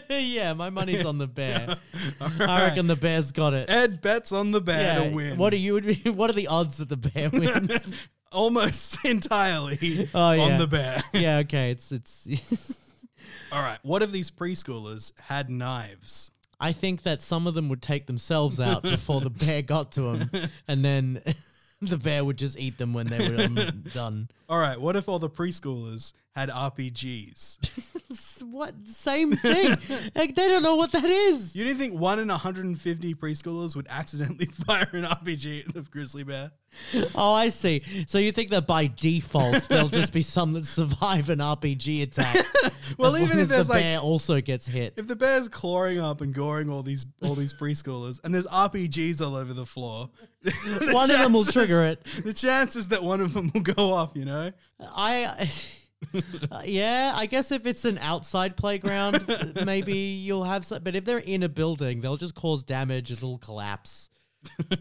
yeah, my money's on the bear. All I right. reckon the bear's got it. Ed bets on the bear Yeah, to win. What are you? *laughs* What are the odds that the bear *laughs* wins? Almost *laughs* entirely Oh, yeah. on the bear. *laughs* yeah, okay. It's it's. *laughs* All right. What if these preschoolers had knives? I think that some of them would take themselves out before the bear got to *laughs* them, and then the bear would just eat them when they were *laughs* um, done. All right. What if all the preschoolers had RPGs? S- What same thing? Like they don't know what that is. You didn't think one in 150 preschoolers would accidentally *laughs* fire an RPG at the grizzly bear? *laughs* Oh, I see. So you think that by default there'll just be some that survive an RPG *laughs* attack? Well, as even long if as there's, the like- bear also gets hit. *laughs* If the bear's clawing up and goring all these all these preschoolers, and there's RPGs all over the floor, the One of them will chances- trigger it. The chances that one of them will go off, you know, I. Uh, *laughs* yeah, I guess if it's an outside playground, *laughs* maybe you'll have some. But if they're in a building, they'll just cause damage. It'll *laughs* collapse.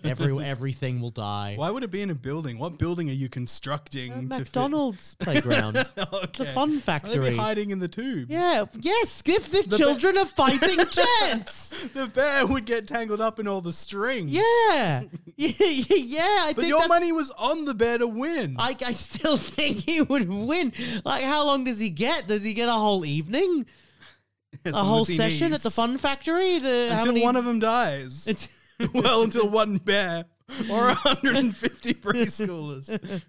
Every everything will die. why would it be in a building? What building are you constructing? to fit- Uh, McDonald's playground, *laughs* Okay. the Fun Are they Factory. hiding in the tubes? Yeah, yes. Give the, children *laughs* a fighting chance. The bear would get tangled up in all the string. Yeah, *laughs* yeah. I But think your that's- money was on the bear to win. I, I still *laughs* think he would win. Like, how long does he get? Does he get a whole evening? As a long whole as he session at the needs. Fun Factory? The, how until many, one *laughs* of them dies. It's- *laughs* well until one bear or *laughs* 150 preschoolers.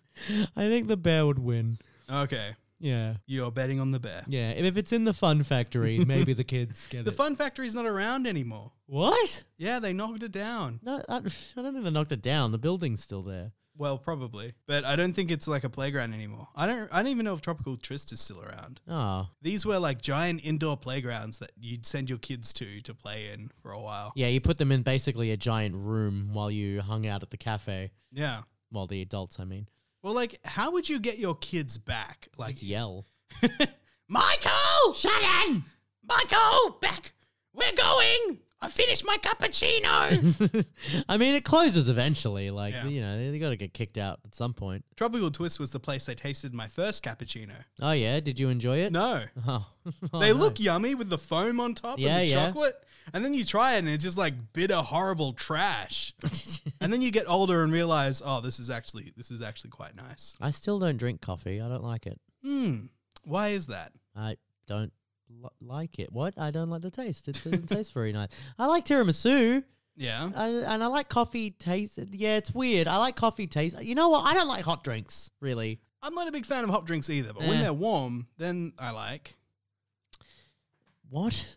I think the bear would win. Okay, Yeah. you're betting on the bear. Yeah. If, if it's in the *laughs* fun factory, maybe the kids get The it. fun factory's not around anymore. what? Yeah, they knocked it down. No, I, I don't think they knocked it down. The building's still there. Well, probably, but I don't think it's like a playground anymore. I don't. I don't even know if Tropical Twist is still around. Oh. These were like giant indoor playgrounds that you'd send your kids to to play in for a while. Yeah, you put them in basically a giant room while you hung out at the cafe. Yeah. Well, the adults, I mean. Well, like, how would you get your kids back? Like, Just yell. *laughs* Michael! Shannon! Michael! Back! We're going! I finished my *laughs* cappuccino! I mean, it closes eventually. Like, Yeah. you know, they, got to get kicked out at some point. Tropical Twist was the place they tasted my first *laughs* cappuccino. Oh, yeah. Did you enjoy it? No. *laughs* Oh. Oh, they no. look yummy with the foam on top Yeah, and the yeah. chocolate. And then you try it and it's just like bitter, horrible *laughs* trash. and then you get older and realize, oh, this is actually this is actually quite nice. I still don't drink coffee. I don't like it. Hmm. Why is that? I don't li- like it. What? I don't like the taste. It doesn't taste very nice. I like tiramisu. Yeah. I, and I like coffee taste. Yeah, it's weird. I like coffee taste. You know what? I don't like hot drinks, really. I'm not a big fan of hot drinks either, but when Eh. they're warm, then I like. What?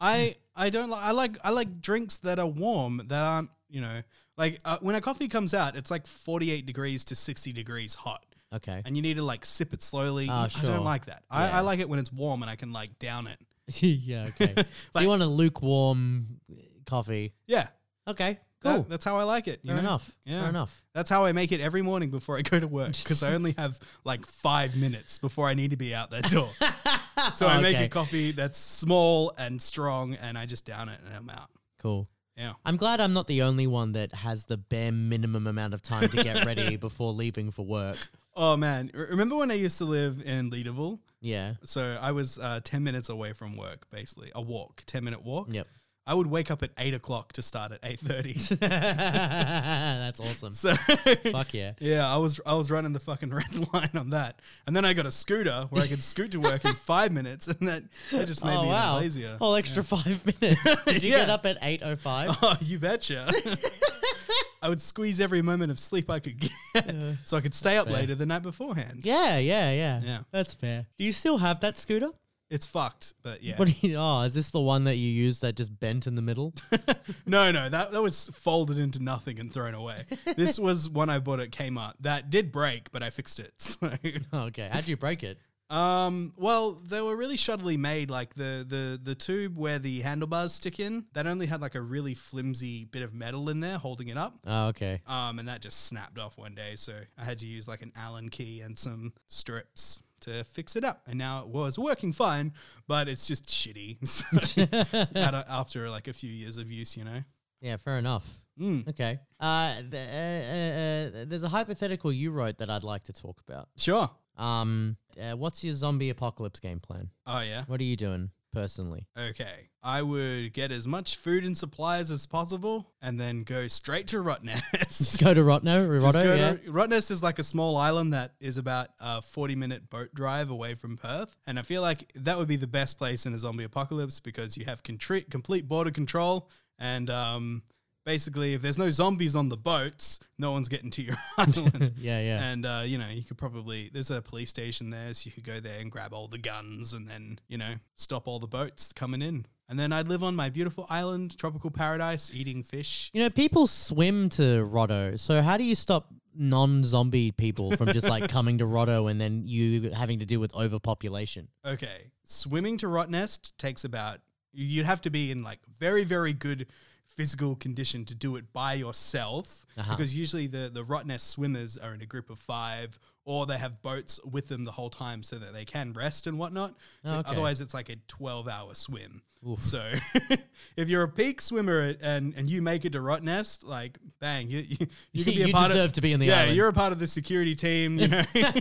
I Hmm. I don't like I like I like drinks that are warm that aren't you know like uh, when a coffee comes out it's like 48 degrees to 60 degrees hot *laughs* *laughs* okay. *laughs* and you need to like sip it slowly. Ah, I sure. don't like that. I, Yeah. I like it when it's warm and I can like down it. yeah, *laughs* okay. so Like- you want a lukewarm uh, coffee. Yeah, Okay, that- cool. that's how I like it. You Fair know? enough. Yeah. Fair enough. That's how I make it every morning before I go to work because I *laughs* only have like five minutes before I need to be out that door. *laughs* so I make Oh, Okay. a coffee that's small and strong and I just down it and I'm out. Cool. Yeah. I'm glad I'm not the only one that has the bare minimum amount of time to get *laughs* ready before leaving for work. Oh man, R- remember when I used to live in Leaderville? Yeah. So I was uh, 10 minutes away from work, basically a walk, 10 minute walk. Yep. I would wake up at eight o'clock to start at *laughs* 8.30. That's *laughs* awesome. so Fuck yeah. yeah, I was, I was running the fucking *laughs* red line on that. And then I got a scooter where I could scoot to *laughs* work in five minutes. And that, that just made me oh even wow. lazier. Oh, extra *laughs* five *laughs* minutes. Did you get Yeah. up at eight oh five? *laughs* Oh, you *laughs* betcha. I would squeeze every moment of sleep I could get so I could stay up fair. later the night beforehand. *laughs* Yeah, yeah, yeah. Yeah. That's fair. Do you still have that scooter? It's fucked, but yeah. What do you, oh, is this the one that you used that just bent in the middle? *laughs* No, no, that, that was folded into nothing and thrown *laughs* away. this was one I bought at Kmart that did break, but I fixed it. *laughs* So, Oh, okay. How'd you break it? um, well, they were really shoddily made. Like the, the, the tube where the handlebars stick in, that only had like a really flimsy bit of metal in there holding it up. Oh, okay. *laughs* Um, and that just snapped off one day, so I had to use like an Allen key and some strips to fix it up. And now it was working fine, but it's just shitty. *laughs* So, at a- after like a few years of use, you know. Yeah, fair enough. Mm. Okay. Uh, th- uh, uh, uh, there's a hypothetical you wrote that I'd like to talk about. Sure. Um, uh, what's your zombie apocalypse game plan? Oh yeah. What are you doing *laughs* personally? Okay. I would get as much food and supplies as possible, and then go straight to Rottnest. *laughs* Go to Rotno, Rotto, Just go yeah. to- Rottnest is like a small island that is about a 40 minute boat drive away from Perth. And I feel like that would be the best place in a zombie apocalypse because you have contri- complete border control. And um, basically, if there's no zombies on the boats, no one's getting to your *laughs* island. *laughs* yeah, yeah. And uh, you know, you could probably there's a police station there, so you could go there and grab all the guns, and then you know stop all the boats coming in. And then I'd live on my beautiful island, tropical paradise, eating fish. You know, people swim to Rotto. So how do you stop non-zombie people from just like coming to Rotto and then you having to deal with overpopulation? Okay, swimming to Rottnest takes about you'd have to be in like very very good physical condition to do it by yourself Uh-huh. because usually the the Rottnest swimmers are in a group of five or they have boats with them the whole time so that they can rest and whatnot. Oh, okay. Otherwise, it's like a twelve hour swim. Oof. So *laughs* if you're a peak swimmer and and you make it to Rottnest, like bang, you *laughs* you, you could be a You part deserve of to be in the yeah, island. *laughs* you're a part of the security team. *laughs* You know? Yeah.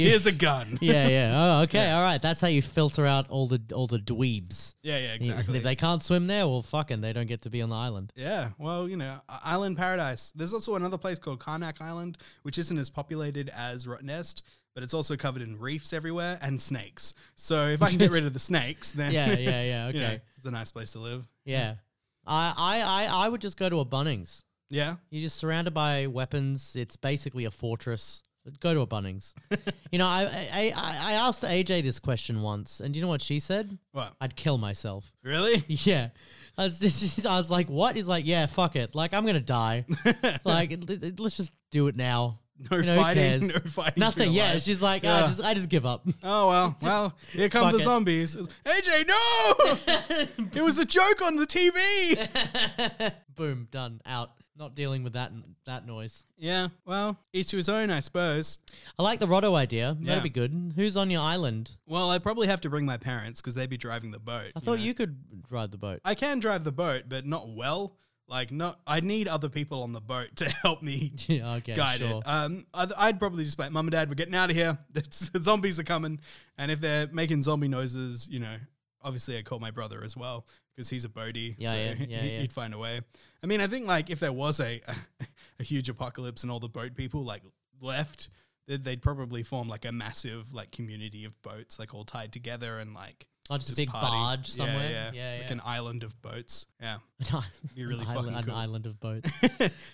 Here's a gun. Yeah, *laughs* yeah, yeah. *laughs* Oh, okay. All right. That's how you filter out all the all the dweebs. yeah, Y- exactly. If they can't swim there, well, fucking, they don't get to be on the *laughs* island. Yeah, well, you know, i- Island Paradise. There's also another place called Karnak Island, which isn't as populated as Rottnest, but it's also covered in reefs everywhere and snakes. So if I *laughs* can get rid of the snakes, then Yeah, yeah, yeah. *laughs* Okay. you know, it's a nice place to live. Yeah. I, I, I, I would just go to a Bunnings. Yeah, You're just surrounded by weapons. It's basically a fortress. Go to a Bunnings. *laughs* you know, I, I, I, I asked AJ this question once, and do you know what she said? what? I'd kill *laughs* myself. *laughs* Really? Yeah. I was, *laughs* just- I was like, what? He's like, yeah, fuck it. Like, I'm going to *laughs* die. like, l- l- let's just do it now. No You know, who fighting, *laughs* cares? no fighting. for Nothing. your Yeah. life. She's like, "Ah, Yeah. just, I just give up. *laughs* Oh well, well, here come fuck the it. zombies. It's- AJ, *laughs* no! it was a joke on the TV. Boom. Done. Out. Not dealing with that that noise. yeah, well, each to his own, I suppose. I like the Rotto idea. Yeah. That'd be good. Who's on your island? Well, I probably have to bring my parents because they'd be driving the boat. I thought know? you could ride the boat. I can drive the boat, but not well. Like, not I need other people on the boat to *laughs* help me *laughs* yeah, okay, guide sure. it. Um, I'd, I'd probably just be like, "Mum and *laughs* Dad, we're getting out of here. the zombies are coming, and if they're making zombie noises, you know, obviously I call my brother as well because he's a Bodhi. Yeah, so yeah, yeah, he- yeah. he'd find a way. I mean, I think like if there was a *laughs* a huge apocalypse and all the boat people like left, they'd, they'd probably form like a massive like community of boats like all tied together and like Oh, just, a big party. barge Yeah, somewhere. Yeah, Yeah, yeah. like an island of boats. Yeah. *laughs* be really *laughs* an fucking island, an cool. island of *laughs* boats.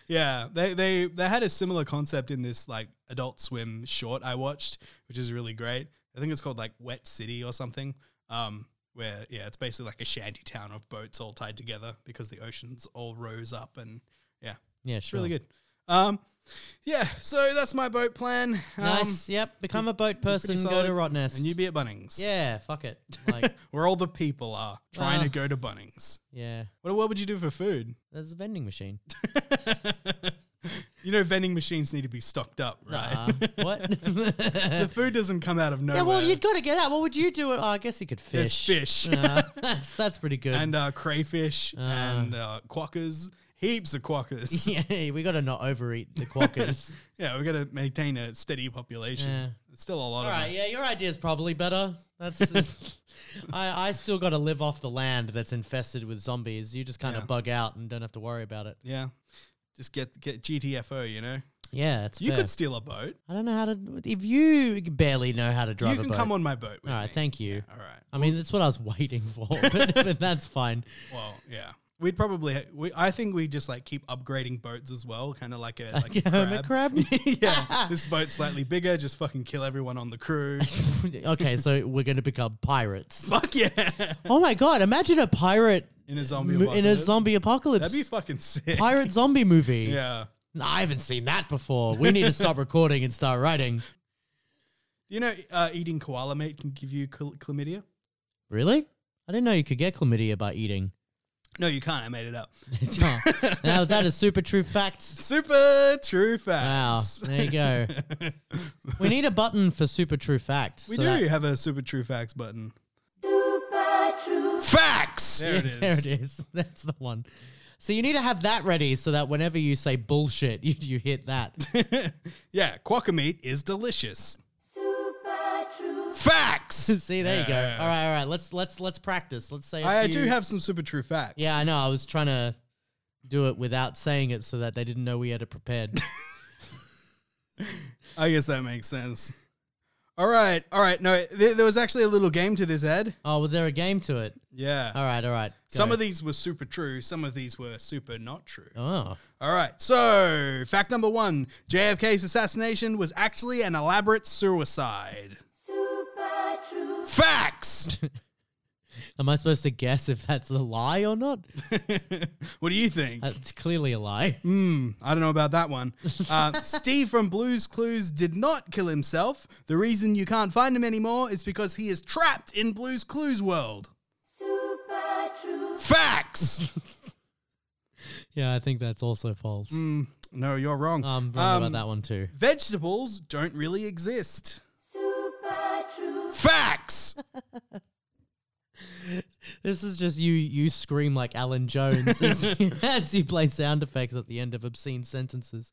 yeah, they they they had a similar concept in this like Adult Swim short I watched, which is really great. I think it's called like Wet City or something. Um, where yeah, it's basically like a shanty town of boats all tied together because the oceans all rose up, and yeah, Yeah, it's sure. really good. Um, yeah, so that's my boat plan. Um, Nice. yep. Become a boat person. Go solid. to Rottnest. and you be at Bunnings. *laughs* yeah. Fuck it. *laughs* Like, where all the people are trying Ah. to go to Bunnings. yeah. What what would you do for food? There's a *laughs* vending machine. you know, vending machines need to be stocked up, right? Uh, what? *laughs* the food doesn't come out of nowhere. yeah. Well, you'd got to get out. What would you do? Oh, I guess you could There's fish. fish *laughs* Uh, *laughs* that's that's pretty good. and uh, crayfish Ah. and uh, quackers, heaps of quackers. Yeah. *laughs* *laughs* yeah, we got to not overeat *laughs* the quackers. we've got to maintain a steady population. Yeah. It's still a lot All of right. them. Yeah, your idea's probably better. *laughs* That's. I, I still got to live off the land that's infested with zombies. You just kind of Yeah. bug out and don't have to worry about it. Yeah, just get get GTFO. You know, Yeah, it's you fair. could steal a boat. I don't know how to. If you barely know how to drive you can a boat, come on my boat. With All right, me. thank you. All right. I mean, that's what I was waiting for, *laughs* *laughs* but, but that's fine. Well, yeah. We'd probably. ha- We, I think we just like keep upgrading boats as well, kind of *laughs* like a like a I'm a crab. *laughs* yeah, this boat's slightly bigger. Just fucking kill everyone on the crew. *laughs* okay, so we're going to become pirates. Fuck yeah! Oh my god! Imagine a pirate In a zombie mo- in a apocalypse. zombie apocalypse. That'd be fucking sick. pirate zombie movie. Yeah. I haven't seen that before. We need to *laughs* stop recording and start writing. You know, uh, eating koala meat can give you chla- chlamydia. Really? I didn't know you could get chlamydia by *laughs* eating. No, you can't. I made it *laughs* up. Oh, now is that a super true fact? Super true Wow! facts. There you *laughs* go. We need a button for super true fact. we so do that- have a super true facts button. Super true. Facts! There it Yeah, is. *laughs* There it is. That's the one. So you need to have that ready so that whenever you say bullshit, *laughs* you, you hit that. *laughs* yeah, quokka meat is delicious. Super true. *laughs* Facts! See, there you go. All right, all right. Let's let's let's practice. Let's say. a I do few- have some super true facts. Yeah, I know. I was trying to do it without saying it so that they didn't know we had it *laughs* prepared. I guess that makes sense. All right, all right. No, there, there was actually a little game to this, Ed. oh, was there a game to it? Yeah. All right, all right. Some go. of these were super true. Some of these were super not true. Oh, All right. So, fact number one JFK's assassination was actually an elaborate suicide. Super true. Facts! am I supposed to guess if that's a lie or not? *laughs* what do you think? That's clearly a *laughs* lie. Hmm, I don't know about that one. Uh, *laughs* Steve from Blues Clues did not kill himself. The reason you can't find him anymore is because he is trapped in Blues Clues world. Super true. Facts! Yeah, I think that's also false. Oh, Hmm, no, you're wrong. I'm wrong Um, about that one too. Vegetables don't really exist. Super true. Facts! This is just you. You scream like *laughs* Alan Jones as, *laughs* as you play sound effects at the end of obscene sentences.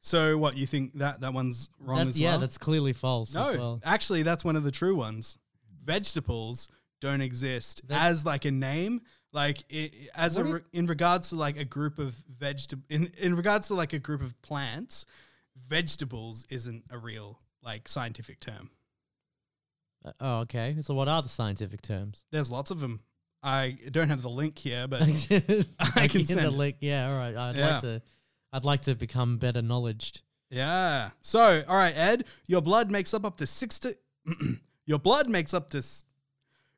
So, what you think that that one's wrong That- as yeah, well? that's clearly false. No, as well. actually, that's one of the true ones. Vegetables don't exist Veg- as like a name, like i as a What re- in regards to like a group of vegetable in in regards to like a group of plants. Vegetables isn't a real like scientific term. Uh, Oh, okay. So, what are the *laughs* scientific terms? *laughs* There's lots of them. I don't have the link here, but *laughs* I can can send it. link. Yeah, all right. I'd Yeah. like to. I'd like to become better knowledged. yeah. So, all right, Ed, your blood makes up up to six to *clears throat* your blood makes up to. s-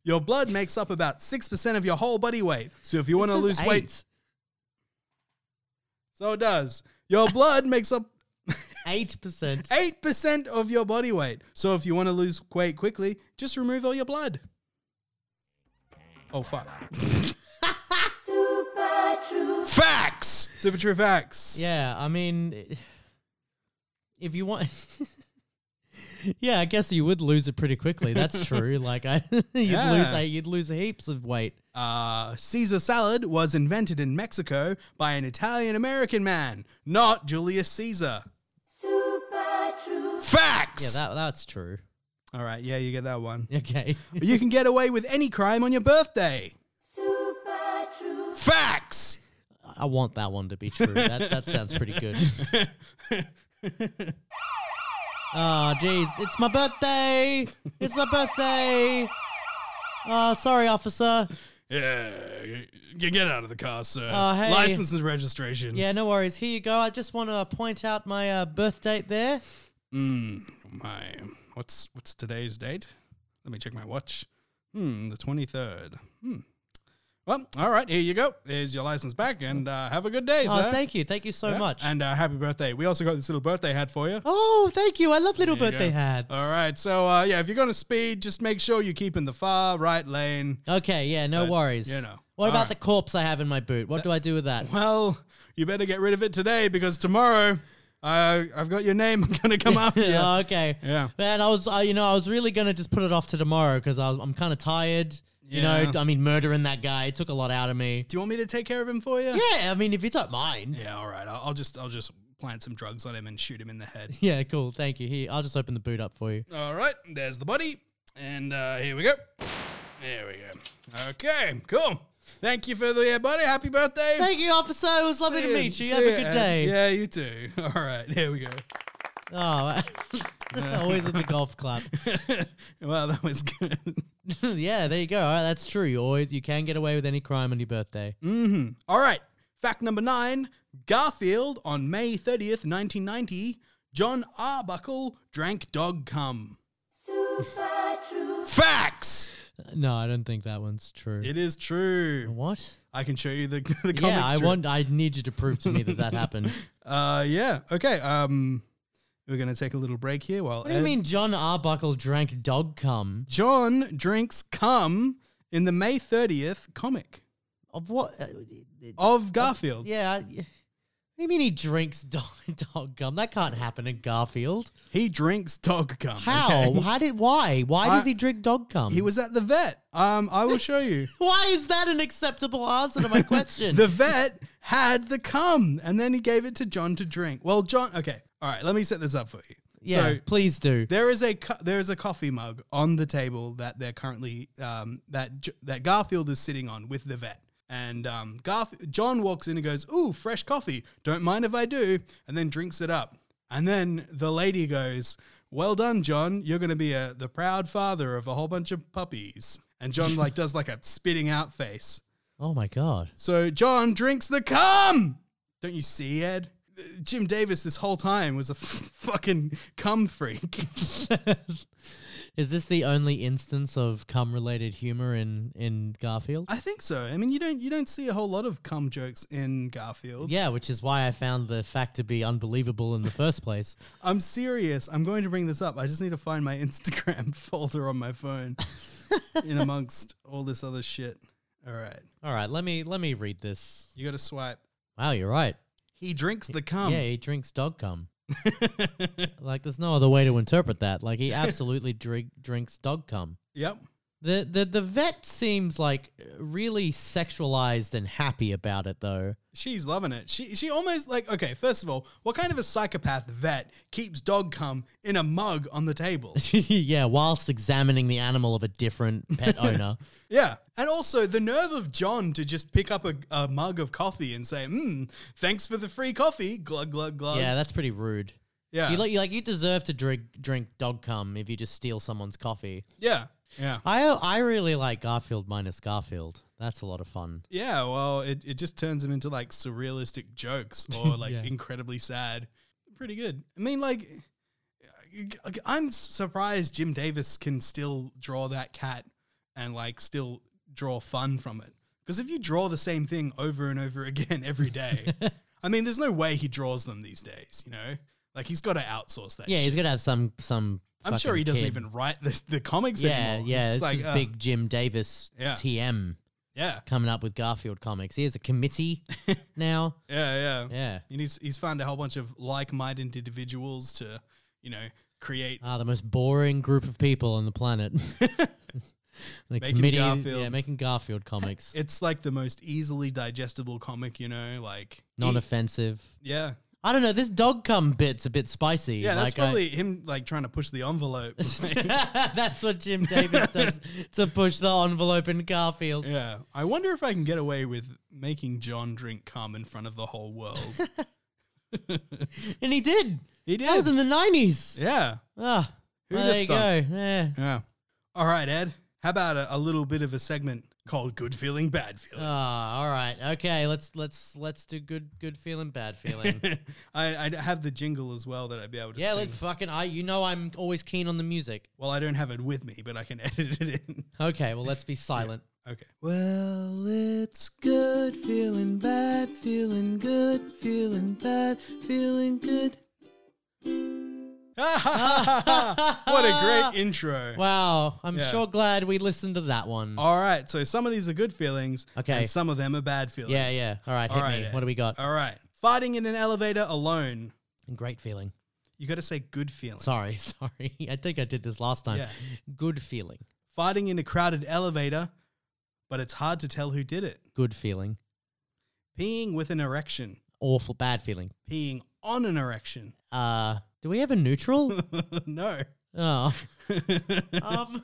your blood makes up about 6% of your whole body weight. So if you want to This lose is weight, So it does. Your blood makes up Eight *laughs* percent. 8% of your body weight. So if you want to lose weight quickly, just remove all your blood. Oh, fuck. Super true. Facts! Super true facts. Yeah, I mean, *sighs* i- if you want. *laughs* Yeah, I guess you would lose it pretty quickly. *laughs* That's true. Like I, you'd lose, Yeah. a, you'd lose heaps of weight. Uh, Caesar salad was invented in Mexico by an Italian American man, not Julius Caesar. Super true. Facts! Yeah, that that's true. *laughs* All right, yeah, you get that one. Okay. you can get away with any crime on your birthday. super true, Facts. I want that one to be true. That, that sounds pretty *laughs* good. oh, jeez. It's my birthday. It's my birthday. Oh, sorry, officer. Yeah, you get out of the car, sir. Oh, hey. License and registration. Yeah, no worries. Here you go. I just want to point out my uh, birth date there. Mm, my, what's what's today's date? Let me check my watch. Hmm, the twenty third. Hmm. Well, all right, here you go. Here's your license back, and uh, have a good day, Oh, sir. thank you. Thank you so Yeah, much. And uh, happy birthday. We also got this little birthday hat for you. oh, thank you. I love little There you birthday go. hats. All right, so uh, yeah, if you're gonna speed, just make sure you keep in the far right lane. Okay, yeah, no But, worries. you know, What about alright. the corpse I have in my boot? What do I do *laughs* with that? Well, you better get rid of it today because tomorrow, uh, I've got your name. *laughs* I'm gonna come *laughs* after you. Oh, okay. Yeah. Man, I was, uh, you know, I was really gonna just put it off to tomorrow because I was, I'm kind of tired. You Yeah. know, I mean, murdering that guy it took a lot out *laughs* of me. Do you want me to take care of him for you? Yeah, I mean, if you don't mind. Yeah, all right. I'll, I'll just I'll just plant some drugs on him and shoot him in the head. *laughs* *laughs* Yeah. cool. Thank you. Here, I'll just open the boot up for you. All right, there's the body, and uh, here we go. There we go. Okay, cool. Thank you for the uh, buddy. Happy birthday. Thank you, officer. It was lovely See to meet you. see Have a good and- day. *laughs* Yeah, you too. *laughs* All right, here we go. *laughs* *laughs* Oh, always with the golf club. *laughs* wow, that was good. *laughs* yeah, there you go. All right, that's true. You always, you can get away with any crime on your birthday. Mm-hmm. All right, fact number nine Garfield on May 30th, 1990, John Arbuckle drank dog cum. super true, Facts. No, I don't think that one's true. It is true. what? I can show you the, *laughs* the comic Yeah, I strip. want. I need you to prove to me that *laughs* that happened. Uh, yeah. Okay. Um, we're gonna take a little break here. While What do you mean John Arbuckle drank dog cum? John drinks cum in the May thirtieth comic Of what? uh, of Garfield. Yeah. I- What do you mean he drinks *laughs* dog, dog cum? That can't happen in Garfield. He drinks dog cum. How? okay? How did? Why? Why does I- he drink dog cum? He was at the vet. Um, I will show you. *laughs* Why is that an acceptable answer to *laughs* my question? the vet had the cum, and then he gave it to John to drink. Well, John. Okay. All right. Let me set this up for you. yeah, So please do. There is a cu- there is a coffee mug on the table that they're currently um, that J- that Garfield is sitting on with the vet. And um, Garf- John walks in and goes, "Ooh, fresh coffee. Don't mind if I do." And then drinks it up. And then the lady goes, "Well done, John. You're going to be a, the proud father of a whole bunch of puppies." And John like does like a spitting out face. Oh my god. *laughs* So John drinks the cum. Don't you see, Ed? Jim Davis this whole time was a fucking cum freak. *laughs* Is this the only instance of cum related humor in in Garfield? I think so. I mean, you don't you don't see a whole lot of cum jokes in Garfield. yeah, which is why I found the fact to be unbelievable in the first place. I'm serious. I'm going to bring this up. I just need to find my *laughs* Instagram folder on my *laughs* phone, in amongst all this other shit. All right, All right, let me let me read this. you got to swipe. Wow, you're right. He drinks the cum. yeah, he drinks dog cum. like, there's no other way to interpret that. Like, he absolutely *laughs* drink, drinks dog cum. Yep. The, the the vet seems like really sexualized and happy about it though. *laughs* She's loving it. She she almost like okay. First of all, what kind of a psychopath vet keeps dog cum in a mug on the table? yeah, whilst examining the animal of a different pet owner. Yeah. And also the nerve of John to just pick up a, a mug of coffee and say, "Hmm, thanks for the free coffee." Glug glug glug. Yeah, that's pretty rude. Yeah. You like you like you deserve to drink drink dog cum if you just steal someone's coffee. yeah. Yeah. I I really like Garfield minus Garfield. That's a lot of fun. Yeah, well, it, it just turns them into like surrealistic *laughs* jokes or like Yeah. incredibly sad. Pretty good. I mean, like, I'm surprised Jim Davis can still draw that cat and like still draw fun from it. Because if you draw the same thing over and over *laughs* again every *laughs* day, I mean, there's no way he draws them these days, you know? Like, he's got to outsource that Yeah, shit. he's gonna have some some. I'm sure fucking he doesn't kid. even write the, the comics Yeah, anymore. yeah. It's This just like, is uh, big Jim Davis Yeah. TM Yeah, coming up with Garfield comics. He has *laughs* a committee now. yeah, yeah. Yeah. And he's he's found a whole bunch of like-minded individuals to, you know, create. Ah, the most boring group of people on *laughs* the planet. the Making Garfield. Yeah, *laughs* making Garfield comics. It's like the most easily digestible comic, you know, like Non e- offensive. yeah. I don't know. This dog cum bit's a bit spicy. Yeah, that's like, uh, I- probably him like trying to push the *laughs* envelope. *laughs* that's what Jim Davis does to push the envelope in Garfield. yeah. I wonder if I can get away with making John drink cum in front of the whole *laughs* world. And he did. He did. That was in the 90s. Oh. yeah. Ah, Who'd well, have there you thunk? go. Yeah. Yeah. All right, Ed. How about a, a little bit of a segment called Good Feeling, Bad Feeling? Ah, all right. Okay, let's let's let's do good good feeling, *laughs* bad feeling. I, I have the jingle as well that I'd be able to yeah, sing. let's fucking I you know I'm always keen on the music. well, I don't have it with me, but I can *laughs* edit it in. Okay, well let's be silent. Okay. Well, it's good feeling bad, feeling good, feeling bad, feeling *laughs* good. *laughs* what a *laughs* *laughs* great intro. Wow, I'm Yeah. sure glad we listened to that one. All right, so some of these are good feelings, Okay. and some of them are bad feelings. yeah, yeah. All right, hit All right, uh, me. Ed. What do we got? All right. Fighting in an elevator alone. Great feeling. You got to say good feeling. Sorry, *laughs* sorry. I think I did this last time. Yeah. Good feeling. Fighting in a crowded elevator, but it's hard to tell who did it. Good feeling. Peeing with an erection. Awful bad feeling. Peeing on an erection. *laughs* Uh do we have a neutral? no. *laughs* oh. um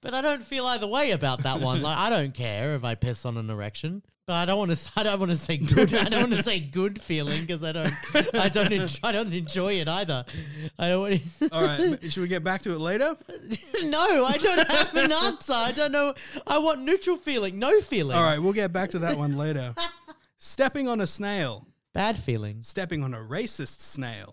but I don't feel either way about that one. Like I don't care if I piss on an erection, but I don't want to. *laughs* I don't want to say good. I don't want to say good feeling because I don't. I don't. Enjoy, I don't enjoy it either. I don't. Want *laughs* to, All right. should we get back to it later? no, I don't have an answer. I don't know. I want neutral feeling. No feeling. All right, we'll get back to that one later. *laughs* Stepping on a snail. Bad feeling. Stepping on a racist snail.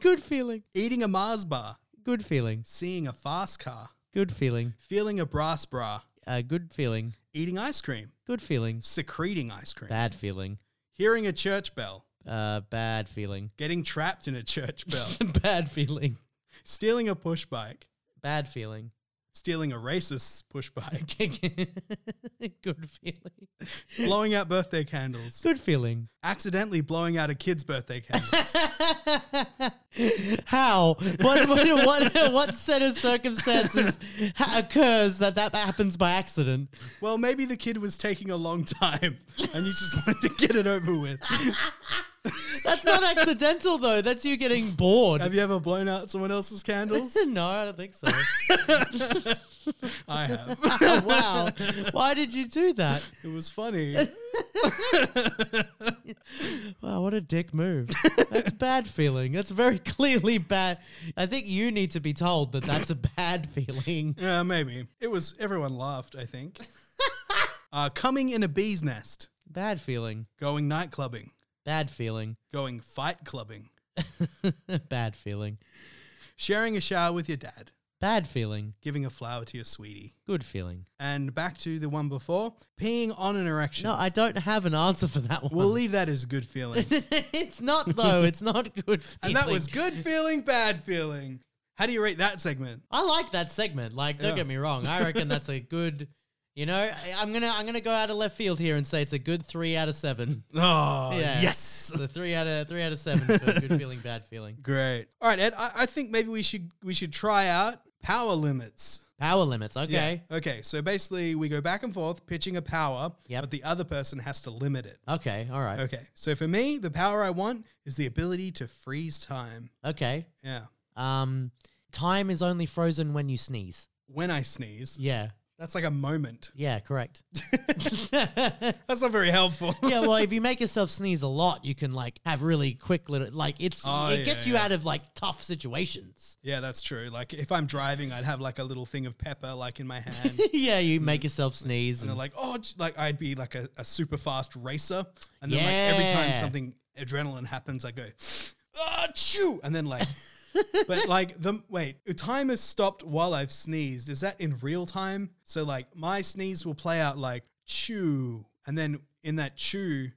Good feeling. Eating a Mars bar. Good feeling. Seeing a fast car. Good feeling. Feeling a brass bra. Uh, good feeling. Eating ice cream. Good feeling. Secreting ice cream. Bad feeling. Hearing a church bell. Uh, bad feeling. *laughs* Getting trapped in a church bell. bad feeling. stealing a push bike. Bad feeling. Stealing a racist's push *laughs* bike. good feeling. blowing out birthday candles. Good feeling. Accidentally blowing out a kid's birthday candle. *laughs* How? What, what, what, what set of circumstances ha- occurs that that happens by accident? well, maybe the kid was taking a long time and you just wanted to get it over with. That's not accidental, though. That's you getting bored. Have you ever blown out someone else's *laughs* candles? no, I don't think so. *laughs* I have. Oh, wow. Why did you do that? It was funny. Wow, what a dick move. That's bad feeling. That's very *laughs* clearly bad. I think you need to be told that that's a bad feeling. Yeah, maybe. It was everyone laughed, I *laughs* think. uh, coming in a bee's nest, Bad feeling. going night clubbing, Bad feeling. going fight clubbing, *laughs* bad feeling. sharing a shower with your dad, Bad feeling. giving a flower to your sweetie. Good feeling. And back to the one before, peeing on an erection. No, I don't have an answer for that one. we'll leave that as *laughs* good feeling. *laughs* it's not though. It's not good. and Feeling. that was good feeling, bad feeling. How do you rate that segment? I like that segment. Like, don't Yeah. get me wrong. I reckon that's a good. You know, I- I'm gonna I'm gonna go out of left field here and say it's a good three out *laughs* of seven. Oh, Yeah. yes. So three out of three out of seven for good feeling, bad feeling. Great. All right, Ed, I, I think maybe we should we should try out power limits. Power limits. Okay. Yeah. Okay. So basically, we go back and forth pitching a power, Yep. but the other person has to limit it. Okay. All right. Okay. So for me, the power I want is the ability to freeze time. Okay. Yeah. Um, time is only frozen when you sneeze. When I sneeze, Yeah. that's like a moment. *laughs* Yeah. Correct. *laughs* That's not very helpful. *laughs* yeah, well, if you make yourself sneeze a lot, you can like have really quick little like it's Oh, it yeah, gets you yeah. out of like tough situations. *laughs* yeah, that's true. Like if I'm driving, I'd have like a little thing of pepper like in my *laughs* hand. yeah, Mm. you make yourself sneeze. And And they're like, oh, j- like I'd be like a, a super fast racer. And then like every time Yeah. something adrenaline happens, I go, ah, chew. And then like, but like the, wait, the time has stopped while I've sneezed. Is that in real time? So like my sneeze will play out like chew. And then in that chew,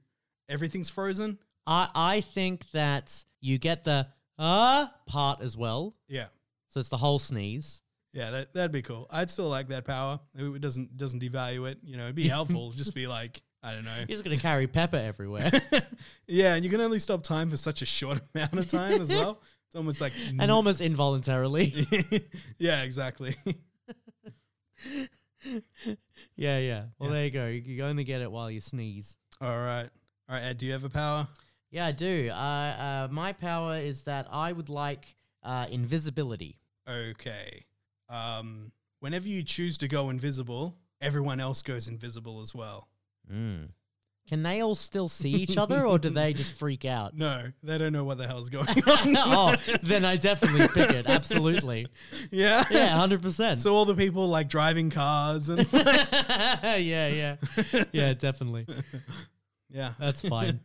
everything's frozen. I I think that you get the uh part as well, Yeah. so it's the whole sneeze. Yeah, that, that'd be cool. I'd still like that power. It doesn't doesn't devalue it. You know, it'd be helpful. Just be like, I don't know. You're just *laughs* gonna carry pepper everywhere, Yeah, and you can only stop time for such a short *laughs* amount of time as well. It's almost like and almost involuntarily. *laughs* yeah, exactly. *laughs* yeah, yeah. Well, there you go. You, you only get it while you sneeze. All right, all right, Ed. Do you have a power? Yeah, I do. Uh, uh, my power is that I would like uh, invisibility. Okay. Um, whenever you choose to go invisible, everyone else goes invisible as well. Mm. Can they all still see each other, or do they just freak *laughs* out? No, they don't know what the hell's going on. *laughs* oh, then I definitely pick it. Absolutely. *laughs* yeah. Yeah, hundred percent. So all the people like driving cars and *laughs* yeah, yeah, yeah, definitely. yeah, uh, That's *laughs* fine.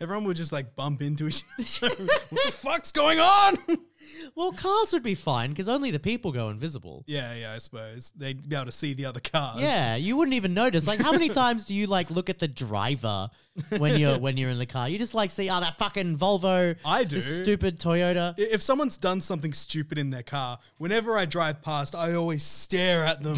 everyone would just like bump into each other. *laughs* what the fuck's going on? *laughs* Well, cars would be fine because only the people go invisible. yeah, yeah, I suppose they'd be able to see the other cars. Yeah, you wouldn't even notice. Like, how many times do you like look at the driver *laughs* when you're when you're in the car? You just like see, oh, that fucking Volvo. I this do. stupid Toyota. I- If someone's done something stupid in their car, whenever I drive past, I always stare at *laughs* them,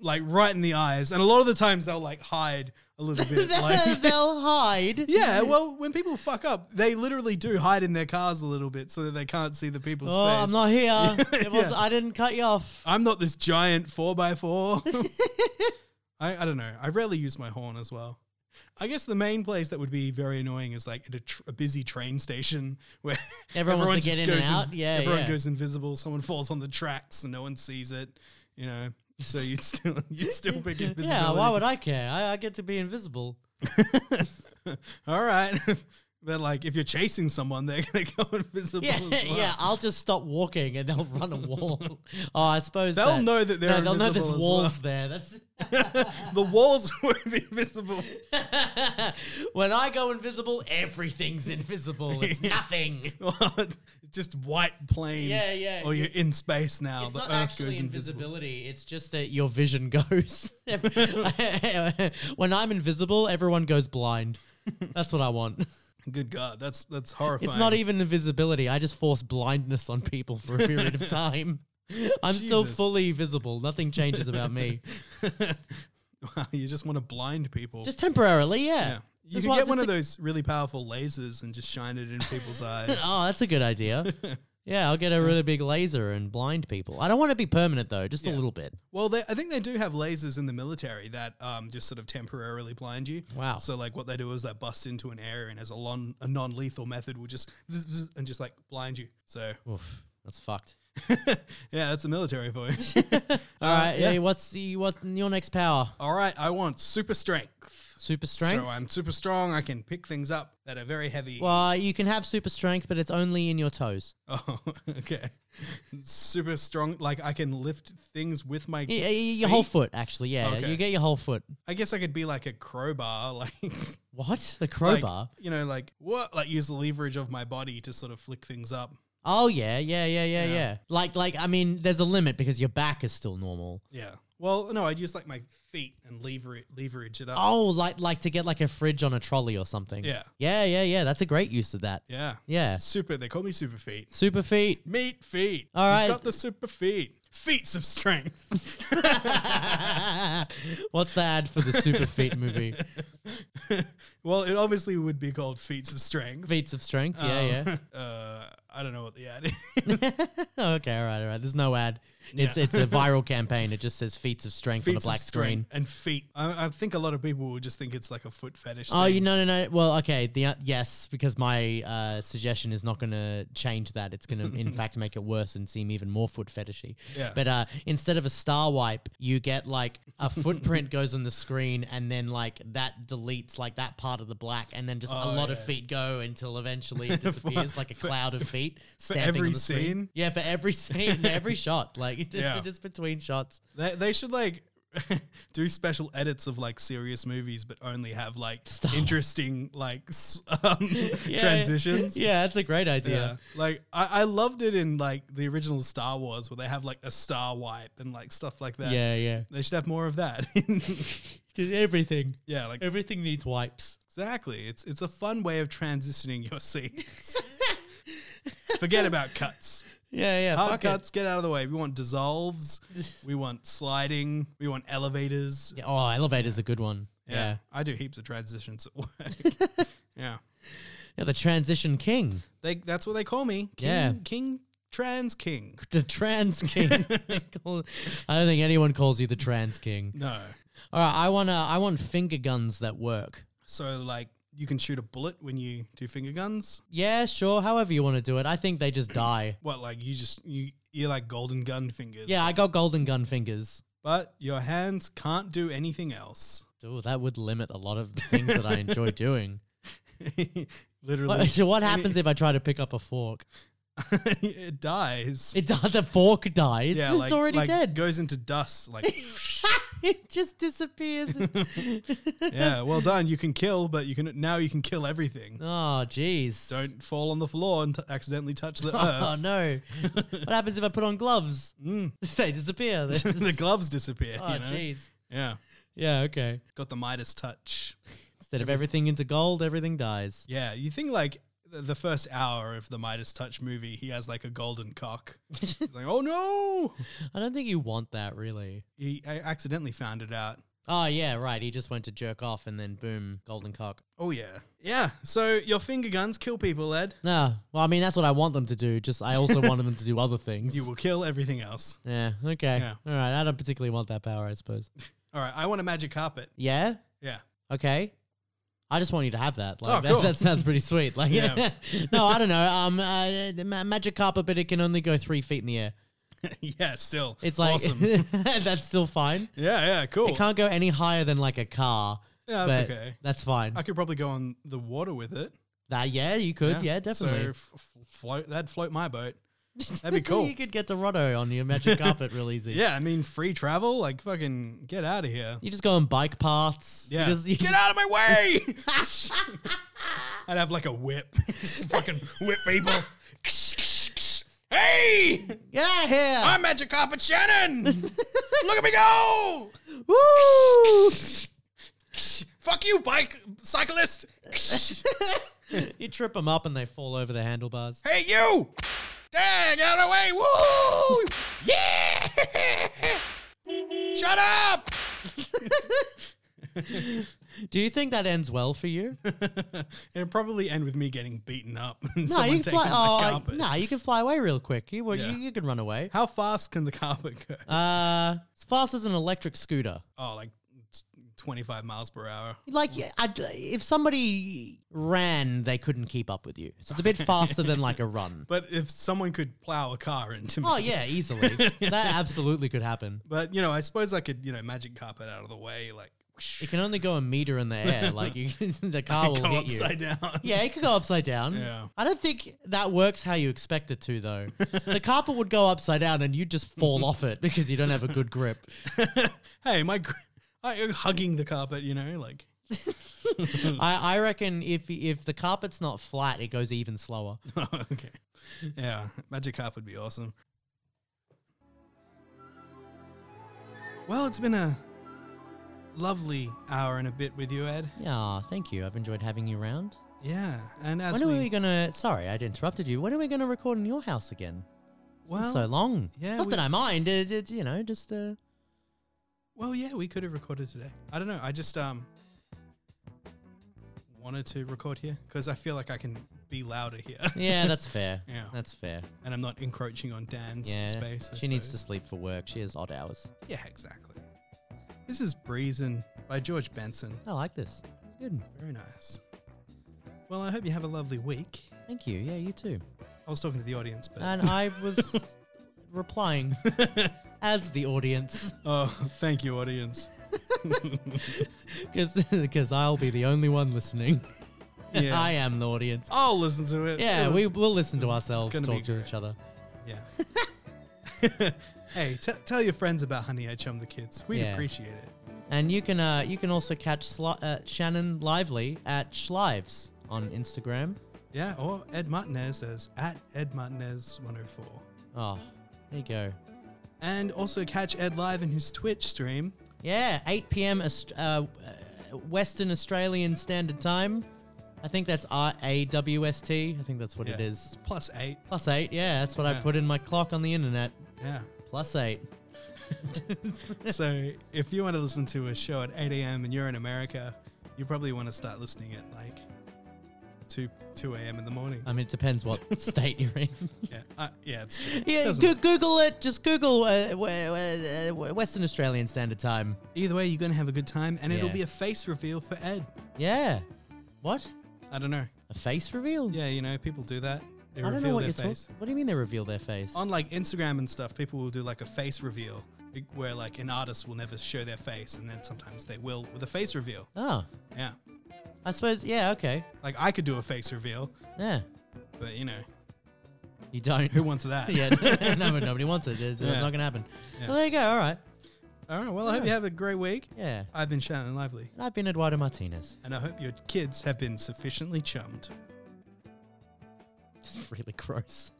like right in the eyes. And a lot of the times they'll like hide a little *laughs* bit. like, They'll hide. *laughs* yeah, well, when people fuck up, they literally do hide in their cars a little bit so that they can't see the people's Oh, face. I'm not here. It *laughs* was, Yeah. I didn't cut you off. I'm not this giant four by *laughs* four. I, I don't know. I rarely use my horn as well. I guess the main place that would be very annoying is like at a, tr- a busy train station where *laughs* Everyone wants to just get in and goes out. Yeah, everyone yeah. goes invisible. Someone falls on the tracks and no one sees it. You know, so you'd still *laughs* you'd still pick invisibility. *laughs* Yeah, why would I care? I, I get to be invisible. All right, *laughs* but like if you're chasing someone, they're gonna go *laughs* invisible. *laughs* Yeah, as well. yeah. I'll just stop walking and they'll run a *laughs* wall. oh, I suppose They'll that- know that they're no, they'll know there's invisible as walls there. That's *laughs* The walls *laughs* would be visible. when I go invisible, everything's invisible. *laughs* It's nothing. *laughs* just white plane. Yeah, yeah. Or you're in space now. It's Oh, the not Earth actually goes invisible. invisibility. It's just that your vision goes. *laughs* when I'm invisible, everyone goes blind. That's what I want. Good God, that's that's horrifying. It's not e- even invisibility. I just force blindness on people for a period *laughs* of time. I'm still Jesus. fully visible. Nothing changes *laughs* about me. *laughs* Wow, you just want to blind people. Just temporarily, yeah. yeah. You That's could why- get one just of to- those really powerful lasers and just shine it in *laughs* people's eyes. Oh, that's a *laughs* good idea. yeah, I'll get a really big laser and blind people. I don't want to be permanent though, just a Yeah. little bit. Well, they, I think they do have lasers in the military that um, just sort of temporarily blind you. Wow. So like what they do is they bust into an area and as a, lon- a non-lethal method will just zzz, zzz, and just like blind you. So *laughs* Oof, that's fucked. yeah, that's the military for *laughs* you. All right, Uh, yeah. hey, what's the, what your next power? All right, I want super strength. Super strength. So I'm super strong. I can pick things up that are very heavy. well, uh, you can have super strength, but it's only in your toes. *laughs* oh, okay. Super strong. Like I can lift things with my. Y- y- Your whole foot, actually. Yeah, Okay. you get your whole foot. I guess I could be like a crowbar, *laughs* like What? The like, crowbar? you know, like what? Like use the leverage of my body to sort of flick things up. Oh yeah, yeah, yeah, yeah, yeah, Like, like I mean, there's a limit because your back is still normal. Yeah. Well, no, I'd use like my feet and lever it, leverage it up. Oh, like, like to get like a fridge on a trolley or something. Yeah. yeah, yeah, yeah. That's a great use of that. Yeah. Yeah. Super. They call me super feet. Super feet. Meat feet. All right. He's got the super feet. Feats of strength. *laughs* *laughs* What's the ad for the super feet *laughs* movie? well, it obviously would be called feats of strength. Feats of strength. Um. Yeah, *laughs* yeah. *laughs* uh, I don't know what the ad *laughs* is. okay, all right, all right. There's no ad. It's Yeah. it's a *laughs* viral campaign. It just says feats of strength on a Feats of black screen. strength and feet. I, I think a lot of people will just think it's like a foot fetish. Oh, thing. you no, no, no. Well, okay. The uh, yes, because my uh, suggestion is not going to change that. It's going *laughs* to, in fact, make it worse and seem even more foot fetishy. Yeah. But uh, instead of a star wipe, you get like *laughs* a footprint goes on the screen, and then like that deletes like that part of the black, and then just a Oh, lot of yeah. feet go *laughs* until eventually it disappears like a cloud of feet stamping every on the screen. scene? Yeah, for *laughs* every scene, every shot, like *laughs* just, Yeah. just between shots. They, they should like *laughs* do special edits of like serious movies, but only have like Stop. interesting like s- *laughs* um, *laughs* Yeah, transitions. Yeah, that's a great idea. Yeah. like I, I loved it in like the original Star Wars where they have like a star wipe and like stuff like that. Yeah, yeah. they should have more of that. *laughs* Just everything. yeah, like Everything needs wipes. exactly. It's it's a fun way of transitioning your *laughs* scenes. Forget about cuts. Yeah, yeah. Hard fuck it. cuts, get out of the way. We want *laughs* dissolves. we want sliding. We want elevators. Yeah, oh, elevator's a good one. Yeah. Yeah. yeah. I do heaps of transitions at work. *laughs* yeah. the transition king. They that's what they call me. King, Yeah. King Trans King. The *laughs* trans king. They call- I don't think anyone calls you the trans king. No. All right, I want uh, I want finger guns that work. So like you can shoot a bullet when you do finger guns. Yeah, sure. However you want to do it. I think they just die. What like you just you you're like golden gun fingers. Yeah, I got golden gun fingers. But your hands can't do anything else. *laughs* Ooh, that would limit a lot of the things that I enjoy doing. Literally, What, so what happens if I try to pick up a fork? *laughs* it dies. It *laughs* the fork dies. yeah, it's like, already like dead. Goes into dust. Like *laughs* it *laughs* just disappears. yeah, well done. You can kill, but you can now you can kill everything. oh, jeez. Don't fall on the floor and t- accidentally touch the *laughs* Oh earth. Mm. no! what happens if I put on gloves? *laughs* They *laughs* disappear. *laughs* They- the gloves disappear. oh, you know? jeez. Yeah, Yeah. Okay. got the Midas touch. Instead of everything into gold, everything dies. Yeah, you think like th- the first hour of the Midas Touch movie, he has like a golden *laughs* cock. He's like, oh no! I don't think you want that, really. He I accidentally found it out. Oh yeah, right. He just went to jerk off, and then boom, golden cock. Oh yeah, yeah. So your finger guns kill people, Ed. No, well, I mean that's what I want them to do. Just I also want them to do *laughs* other things. You will kill everything else. Yeah. Okay. Yeah. All right. I don't particularly want that power, I suppose. All right, I want a magic carpet. Yeah. Yeah, *laughs* Okay. I just want you to have that. Like Oh, that, cool. that sounds pretty sweet. *laughs* Like, Yeah. no, I don't know. Um, uh, the ma- magic carpet, but it can only go three feet in the air. yeah. Still, It's like *laughs* awesome. yeah, that's still fine. yeah. Cool. It can't go any higher than like a car. Yeah, that's but okay. That's fine. I could probably go on the water with it. That yeah, you could. Yeah, So definitely. f- f- float. That'd float my boat. *laughs* That'd be *laughs* cool. you could get to Roto on *laughs* your magic carpet real easy. Yeah, I mean free travel. Like fucking get out of here. You just go on bike paths. You Yeah. just- you Get just- out of my way! *laughs* I'd have like a whip. *laughs* Just fucking whip people. hey! Get out of here. I'm Magic Carpet Shannon! Look at me go! *laughs* Woo! Fuck you, bike cyclist! you trip them up and they fall over the handlebars. hey, you! Dang, out of the way! Woo! Yeah! *laughs* Shut up! Do you think that ends well for *laughs* you? It'd probably end with me getting beaten up *laughs* and no, someone you can taking fly. my Oh, carpet. nah, you can fly away real quick. You, well, Yeah. you, you can run away. How fast can the carpet go? Uh, as fast as an electric scooter. Oh, like t- 25 miles per hour. Like, yeah, I'd, if somebody ran, they couldn't keep up with you. So it's a bit faster than like a *laughs* run. But if someone could plow a car into me. Oh yeah, easily. that absolutely could happen. But, you know, I suppose I could, you know, magic carpet out of the way, like, *laughs* whoosh, It can only go a meter in the *laughs* air. Like you, *laughs* the car will go hit you. upside down. Yeah, it could go upside down. Yeah. I don't think that works how you expect it to, though. *laughs* the carpet would go upside down and you'd just fall off it because you don't have a good *laughs* grip. hey, my, gr- I, I'm hugging the carpet, you know, like, *laughs* I, I reckon if if the carpet's not flat, it goes even slower. oh, okay. Yeah, magic carpet would be awesome. Well, it's been a lovely hour and a bit with you, Ed. Yeah, thank you. I've enjoyed having you around. Yeah, and as When are we, we gonna? Sorry, I interrupted you. When are we gonna record in your house again? It's been well, so long. yeah, not we- that I mind. It, it, you know, just uh, Well, yeah, we could have recorded today. I don't know. I just um wanted to record here because I feel like I can be louder here, yeah, that's fair. Yeah. that's fair. *laughs* and I'm not encroaching on Dan's Yeah, space. I she needs to suppose. sleep for work. She has odd hours. Yeah, exactly. This is Breezin' by George Benson. I like this. It's good. Very nice. Well, I hope you have a lovely week. Thank you. Yeah, *laughs* you too. I was talking to the audience, but And I was replying *laughs* as the audience oh, thank you, audience. *laughs* because I'll be the only one listening. Yeah, *laughs* *laughs* Oh, I am the audience. I'll listen to it. Yeah, It we was- will listen to ourselves gonna be talk to great. each other. Yeah. hey, t- tell your friends about Honey I Chum the Kids. We'd Yeah. appreciate it. And you can uh, you can also catch Sli- uh, Shannon Lively at Schlives on Instagram. Yeah, or Ed Martinez as at Ed Martinez 104. Oh, there you go. And also catch Ed live in his Twitch stream. Yeah, 8 p.m. Aust- uh, uh, Western Australian Standard Time. I think that's R A W S T. I think that's what it Yeah. is. Plus eight. Plus eight. Yeah, that's what I Yeah. put in my clock on the internet. Yeah. Plus eight. so if you want to listen to a show at 8 a.m. and you're in America, you probably want to start listening at like 2 2 a.m. in the *laughs* morning. I mean, it depends what *laughs* state you're in. yeah, uh, yeah, it's true. yeah, Doesn't- go- Google it. Just Google uh, w- w- uh, Western Australian Standard Time. Either way, you're going to have a good time and it'll Yeah. be a face reveal for Ed. Yeah. What? I don't know. A face reveal? Yeah, you know, people do that. They I don't know reveal what their you're face. talking. What do you mean they reveal their face? On like Instagram and stuff, people will do like a face reveal big- where like an artist will never show their face and then sometimes they will with a face reveal. oh, Yeah. I suppose. Yeah. Okay. Like I could do a face reveal, Yeah. but you know, You don't. who wants that? *laughs* yeah. no, but nobody wants it. It's Yeah. not gonna happen. Yeah. Well, there you go. All right. All right. Well, I hope you have a great week. Yeah. I've been Shannon Lively, And I've been Eduardo Martinez. and I hope your kids have been sufficiently chummed. It's really gross.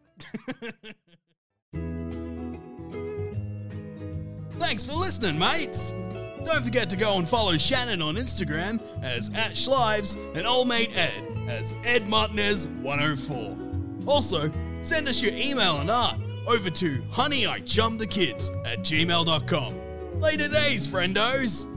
Thanks for listening, mates. Don't forget to go and follow Shannon on Instagram as at Schlives and old mate Ed as Ed Martinez 104. Also, send us your email and art over to honeyicumthekids at gmail.com. Later days, friendos!